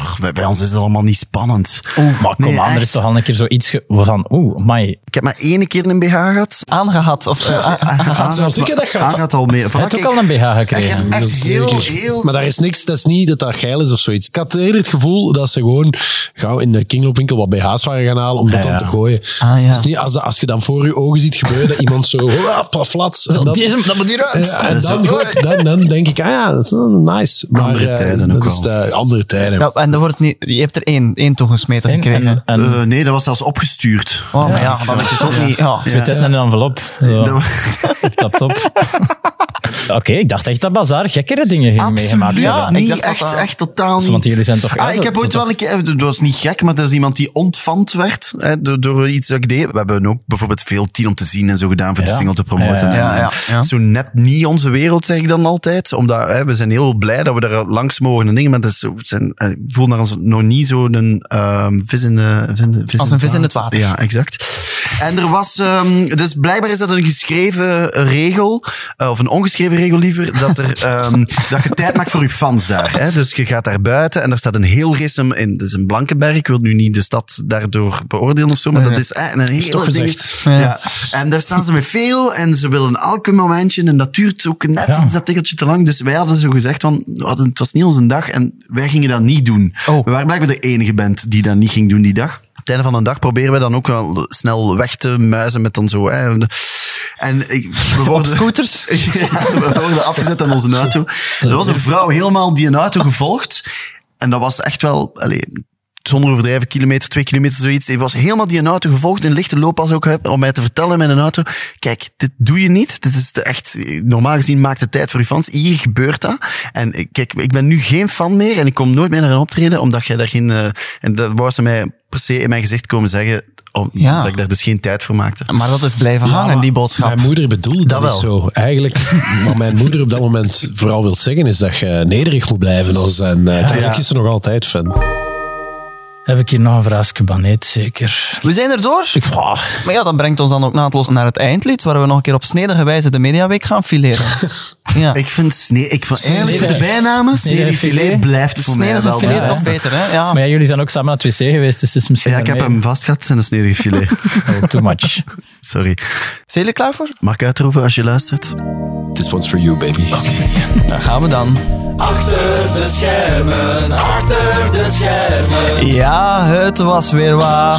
[SPEAKER 6] Ach, Bij, bij ons is het allemaal niet spannend.
[SPEAKER 4] maar kom,
[SPEAKER 6] nee,
[SPEAKER 4] aan, er is
[SPEAKER 6] echt.
[SPEAKER 4] toch al een keer zoiets ge- van, oeh, mai.
[SPEAKER 6] Ik heb maar één keer een BH gehad.
[SPEAKER 7] Aangehad. Of, eh,
[SPEAKER 4] Ah,
[SPEAKER 7] a- a-
[SPEAKER 6] Aangaat-
[SPEAKER 5] zelfs ik heb dat gehad.
[SPEAKER 6] Aangaat al meer. Voilà,
[SPEAKER 4] Hij heeft
[SPEAKER 6] kijk,
[SPEAKER 4] ook al een BH
[SPEAKER 6] ik
[SPEAKER 4] gekregen.
[SPEAKER 6] heb echt heel,
[SPEAKER 5] Zeker.
[SPEAKER 6] heel...
[SPEAKER 5] Maar daar is niks, dat is niet dat dat geil is of zoiets. Ik had eerder het gevoel dat ze gewoon gauw in de kringloopwinkel wat BH's waren gaan halen om dat
[SPEAKER 4] Ja, ja.
[SPEAKER 5] dan te gooien.
[SPEAKER 7] Ah, ja.
[SPEAKER 5] Het is niet als, dat- als je dan voor je ogen ziet gebeuren dat iemand zo, hop, flats. En dat,
[SPEAKER 4] Deze, dat moet hier uit.
[SPEAKER 5] Ja, en dan, goed, dan, dan denk ik, ah ja, dat is wel nice. Maar,
[SPEAKER 6] Andere
[SPEAKER 5] eh,
[SPEAKER 6] tijden
[SPEAKER 5] dat
[SPEAKER 6] ook
[SPEAKER 5] is de andere tijden.
[SPEAKER 7] ja, en er wordt niet, je hebt er één, één toegesmeten
[SPEAKER 4] En,
[SPEAKER 7] gekregen.
[SPEAKER 4] en, en
[SPEAKER 6] Eh, nee, dat was zelfs opgestuurd.
[SPEAKER 7] oh, maar ja, dat is ook niet... Ja.
[SPEAKER 4] twee tetten in een envelop. Zo.
[SPEAKER 6] Dat-
[SPEAKER 4] Tap, top. Oké, ik dacht echt dat Bazaar gekkere dingen ging meegemaakt
[SPEAKER 6] Absoluut
[SPEAKER 4] hebben.
[SPEAKER 7] ik
[SPEAKER 6] niet,
[SPEAKER 7] dacht dat
[SPEAKER 6] echt,
[SPEAKER 7] dat-
[SPEAKER 6] echt totaal niet.
[SPEAKER 4] Dus Want jullie zijn toch- ja,
[SPEAKER 6] Ah, ik
[SPEAKER 4] dat-
[SPEAKER 6] heb ooit
[SPEAKER 4] dat-
[SPEAKER 6] wel een keer... Dat was niet gek, maar dat is iemand die ontfant werd hè, door, door iets dat ik deed. We hebben ook bijvoorbeeld veel tien om te zien en zo gedaan voor
[SPEAKER 4] Ja.
[SPEAKER 6] de single te promoten.
[SPEAKER 4] Ja,
[SPEAKER 7] ja,
[SPEAKER 6] En,
[SPEAKER 7] ja,
[SPEAKER 6] en
[SPEAKER 7] ja.
[SPEAKER 6] Zo net niet onze wereld, zeg ik dan altijd. Omdat hè, we zijn heel blij dat we daar langs mogen en dingen. Maar dat is, het zijn, eh, ik voel naar ons nog niet zo'n ehm vis in de... Vis in de vis
[SPEAKER 7] Als een vis in het water.
[SPEAKER 6] Ja, exact. En er was, ehm, dus blijkbaar is dat een geschreven regel, eh, of een ongeschreven regel liever, dat, er, ehm, dat je tijd maakt voor je fans daar. Hè? Dus je gaat daar buiten en daar staat een heel rissem in. Dat is een Blankenberg. Ik wil nu niet de stad daardoor beoordelen of zo, maar dat is eh, een hele
[SPEAKER 5] toch
[SPEAKER 6] ding.
[SPEAKER 5] gezegd.
[SPEAKER 6] Ja. En daar staan ze met veel en ze willen elk momentje en dat duurt ook net
[SPEAKER 4] Ja.
[SPEAKER 6] iets dat tikkeltje te lang. Dus wij hadden zo gezegd van, we hadden- het was niet onze dag en wij gingen dat niet doen.
[SPEAKER 7] Oh.
[SPEAKER 6] We waren blijkbaar de enige band die dat niet ging doen die dag. Op het einde van de dag proberen we dan ook wel snel weg te muizen met dan zo... Hè, en ik, we worden...
[SPEAKER 7] Scooters?
[SPEAKER 6] Ja, we worden afgezet aan onze auto. Er was een vrouw helemaal die een auto gevolgd. En dat was echt wel, allee, zonder overdrijven, kilometer, twee kilometer, zoiets. Die was helemaal die een auto gevolgd in lichte looppas ook, hè, om mij te vertellen met een auto. Kijk, dit doe je niet. Dit is de echt, normaal gezien maakt het tijd voor je fans. Hier gebeurt dat. En eh, kijk, ik ben nu geen fan meer en ik kom nooit meer naar een optreden, omdat jij daar geen... eh, en dat wou ze mij per se in mijn gezicht komen zeggen om-
[SPEAKER 3] Ja.
[SPEAKER 6] omdat ik daar dus geen tijd voor maakte.
[SPEAKER 3] Maar dat is blijven hangen, die boodschap.
[SPEAKER 5] Mijn moeder bedoelde dat,
[SPEAKER 6] Dat
[SPEAKER 5] niet
[SPEAKER 6] wel.
[SPEAKER 5] zo. Eigenlijk, wat mijn moeder op dat moment vooral wil zeggen, is dat je nederig moet blijven. Als, en eh, uiteindelijk
[SPEAKER 6] Ja.
[SPEAKER 5] is ze nog altijd fan.
[SPEAKER 4] Heb ik hier nog een vraagje baneet, zeker?
[SPEAKER 3] We zijn erdoor.
[SPEAKER 4] Pwa,
[SPEAKER 3] Maar ja, dat brengt ons dan ook naadloos naar het eindlied, waar we nog een keer op snedige wijze de Mediaweek gaan fileren. ja.
[SPEAKER 6] Ik vind snee, ik vind eigenlijk voor de
[SPEAKER 4] Snee-
[SPEAKER 6] bijnamen, snee filet
[SPEAKER 4] filet
[SPEAKER 6] blijft voor mij
[SPEAKER 3] Snedige
[SPEAKER 6] wel de
[SPEAKER 3] filet, dat is
[SPEAKER 6] beste.
[SPEAKER 3] beter, hè? Ja.
[SPEAKER 4] Maar ja, jullie zijn ook samen naar het wc geweest, dus het is misschien...
[SPEAKER 6] Ah. Ja, ik heb
[SPEAKER 4] daarmee-
[SPEAKER 6] hem vast gehad, zijn snee filet.
[SPEAKER 4] Oh, too much.
[SPEAKER 6] Sorry.
[SPEAKER 3] Zijn jullie klaar voor?
[SPEAKER 6] Mag ik uitroepen als je luistert?
[SPEAKER 5] This one's for you, baby.
[SPEAKER 3] Daar gaan we dan. Achter de schermen, achter de schermen. Ja, het was weer waar.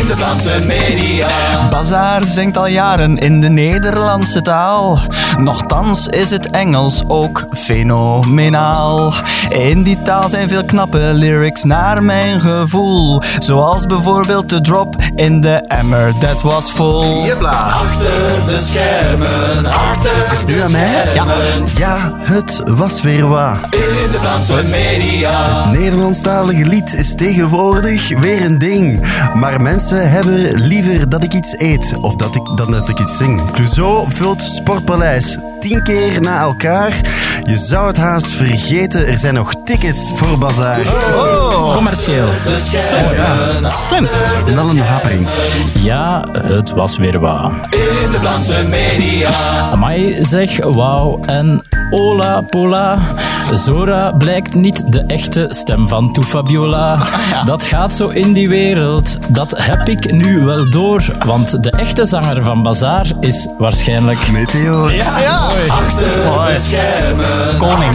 [SPEAKER 3] In de Vlaamse media. Bazaar zingt al jaren in de Nederlandse taal. Nochtans is het Engels ook fenomenaal. In die taal zijn veel knappe lyrics naar mijn gevoel. Zoals bijvoorbeeld de drop in de emmer, that was full.
[SPEAKER 6] Jepla. Is het nu aan mij? Ja. Ja, het was weer waar. In de Vlaamse media. Het Nederlandstalige lied is tegenwoordig weer een ding. Maar mensen hebben liever dat ik iets eet of dat ik, dan dat ik iets zing. Clouseau vult Sportpaleis tien keer na elkaar. Je zou het haast vergeten, er zijn nog tickets voor Bazaar. Oh.
[SPEAKER 4] Commercieel. Slim.
[SPEAKER 6] En dan een hapering.
[SPEAKER 4] Ja, het was weer waar. In de Vlaamse media. Amai, zeg wauw en hola pola. Zora blijkt niet de echte stem van Toefabiola. Dat gaat zo in die wereld, dat heb ik nu wel door. Want de echte zanger van Bazaar is waarschijnlijk...
[SPEAKER 6] Meteor.
[SPEAKER 3] Koning.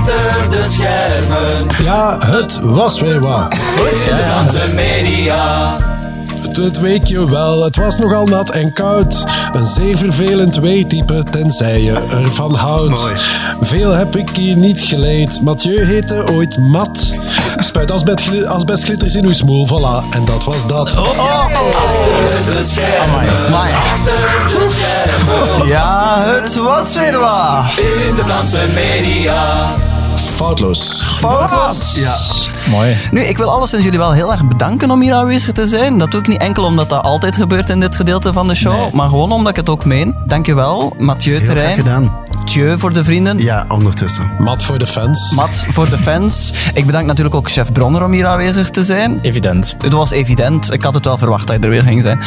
[SPEAKER 5] Ja, het was weer waar.
[SPEAKER 4] Ja,
[SPEAKER 5] Het- Het weekje wel, het was nogal nat en koud. Een zeer vervelend weertype, tenzij je ervan houdt.
[SPEAKER 6] Mooi.
[SPEAKER 5] Veel heb ik hier niet geleerd. Mathieu heette ooit Mat. Spuit asbest, gli- asbestglitters in uw smoel, voilà. En dat was dat.
[SPEAKER 4] amai.
[SPEAKER 3] Oh, Ja, het was weer waar.
[SPEAKER 5] Foutloos.
[SPEAKER 3] Foutloos. Ja.
[SPEAKER 4] Mooi.
[SPEAKER 3] Nu, ik wil alleszins jullie wel heel erg bedanken om hier aanwezig te zijn. Dat doe ik niet enkel omdat dat altijd gebeurt in dit gedeelte van de show,
[SPEAKER 4] Nee.
[SPEAKER 3] maar gewoon omdat ik het ook meen. Dankjewel, Mathieu
[SPEAKER 6] Heel graag
[SPEAKER 3] Terrein.
[SPEAKER 6] gedaan.
[SPEAKER 3] Mathieu voor de vrienden.
[SPEAKER 6] Ja, ondertussen.
[SPEAKER 5] Mat voor de fans.
[SPEAKER 3] Mats voor de fans. Ik bedank natuurlijk ook chef Bronner om hier aanwezig te zijn.
[SPEAKER 4] Evident.
[SPEAKER 3] Het was evident. Ik had het wel verwacht dat hij er weer ging zijn.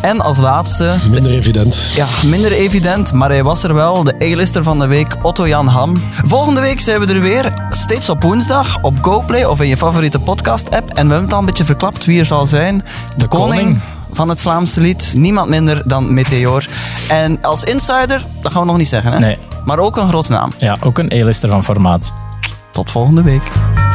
[SPEAKER 3] En als laatste,
[SPEAKER 5] Minder evident.
[SPEAKER 3] ja, minder evident, maar hij was er wel. De A-lister van de week, Otto-Jan Ham. Volgende week zijn we er weer, steeds op woensdag, op GoPlay of in je favoriete podcast-app. En we hebben het al een beetje verklapt wie er zal zijn. De, koning.
[SPEAKER 4] koning.
[SPEAKER 3] van het Vlaamse lied. Niemand minder dan Meteor. En als insider, dat gaan we nog niet zeggen, hè?
[SPEAKER 4] Nee.
[SPEAKER 3] Maar ook een groot naam.
[SPEAKER 4] Ja, ook een E-lister van formaat.
[SPEAKER 3] Tot volgende week.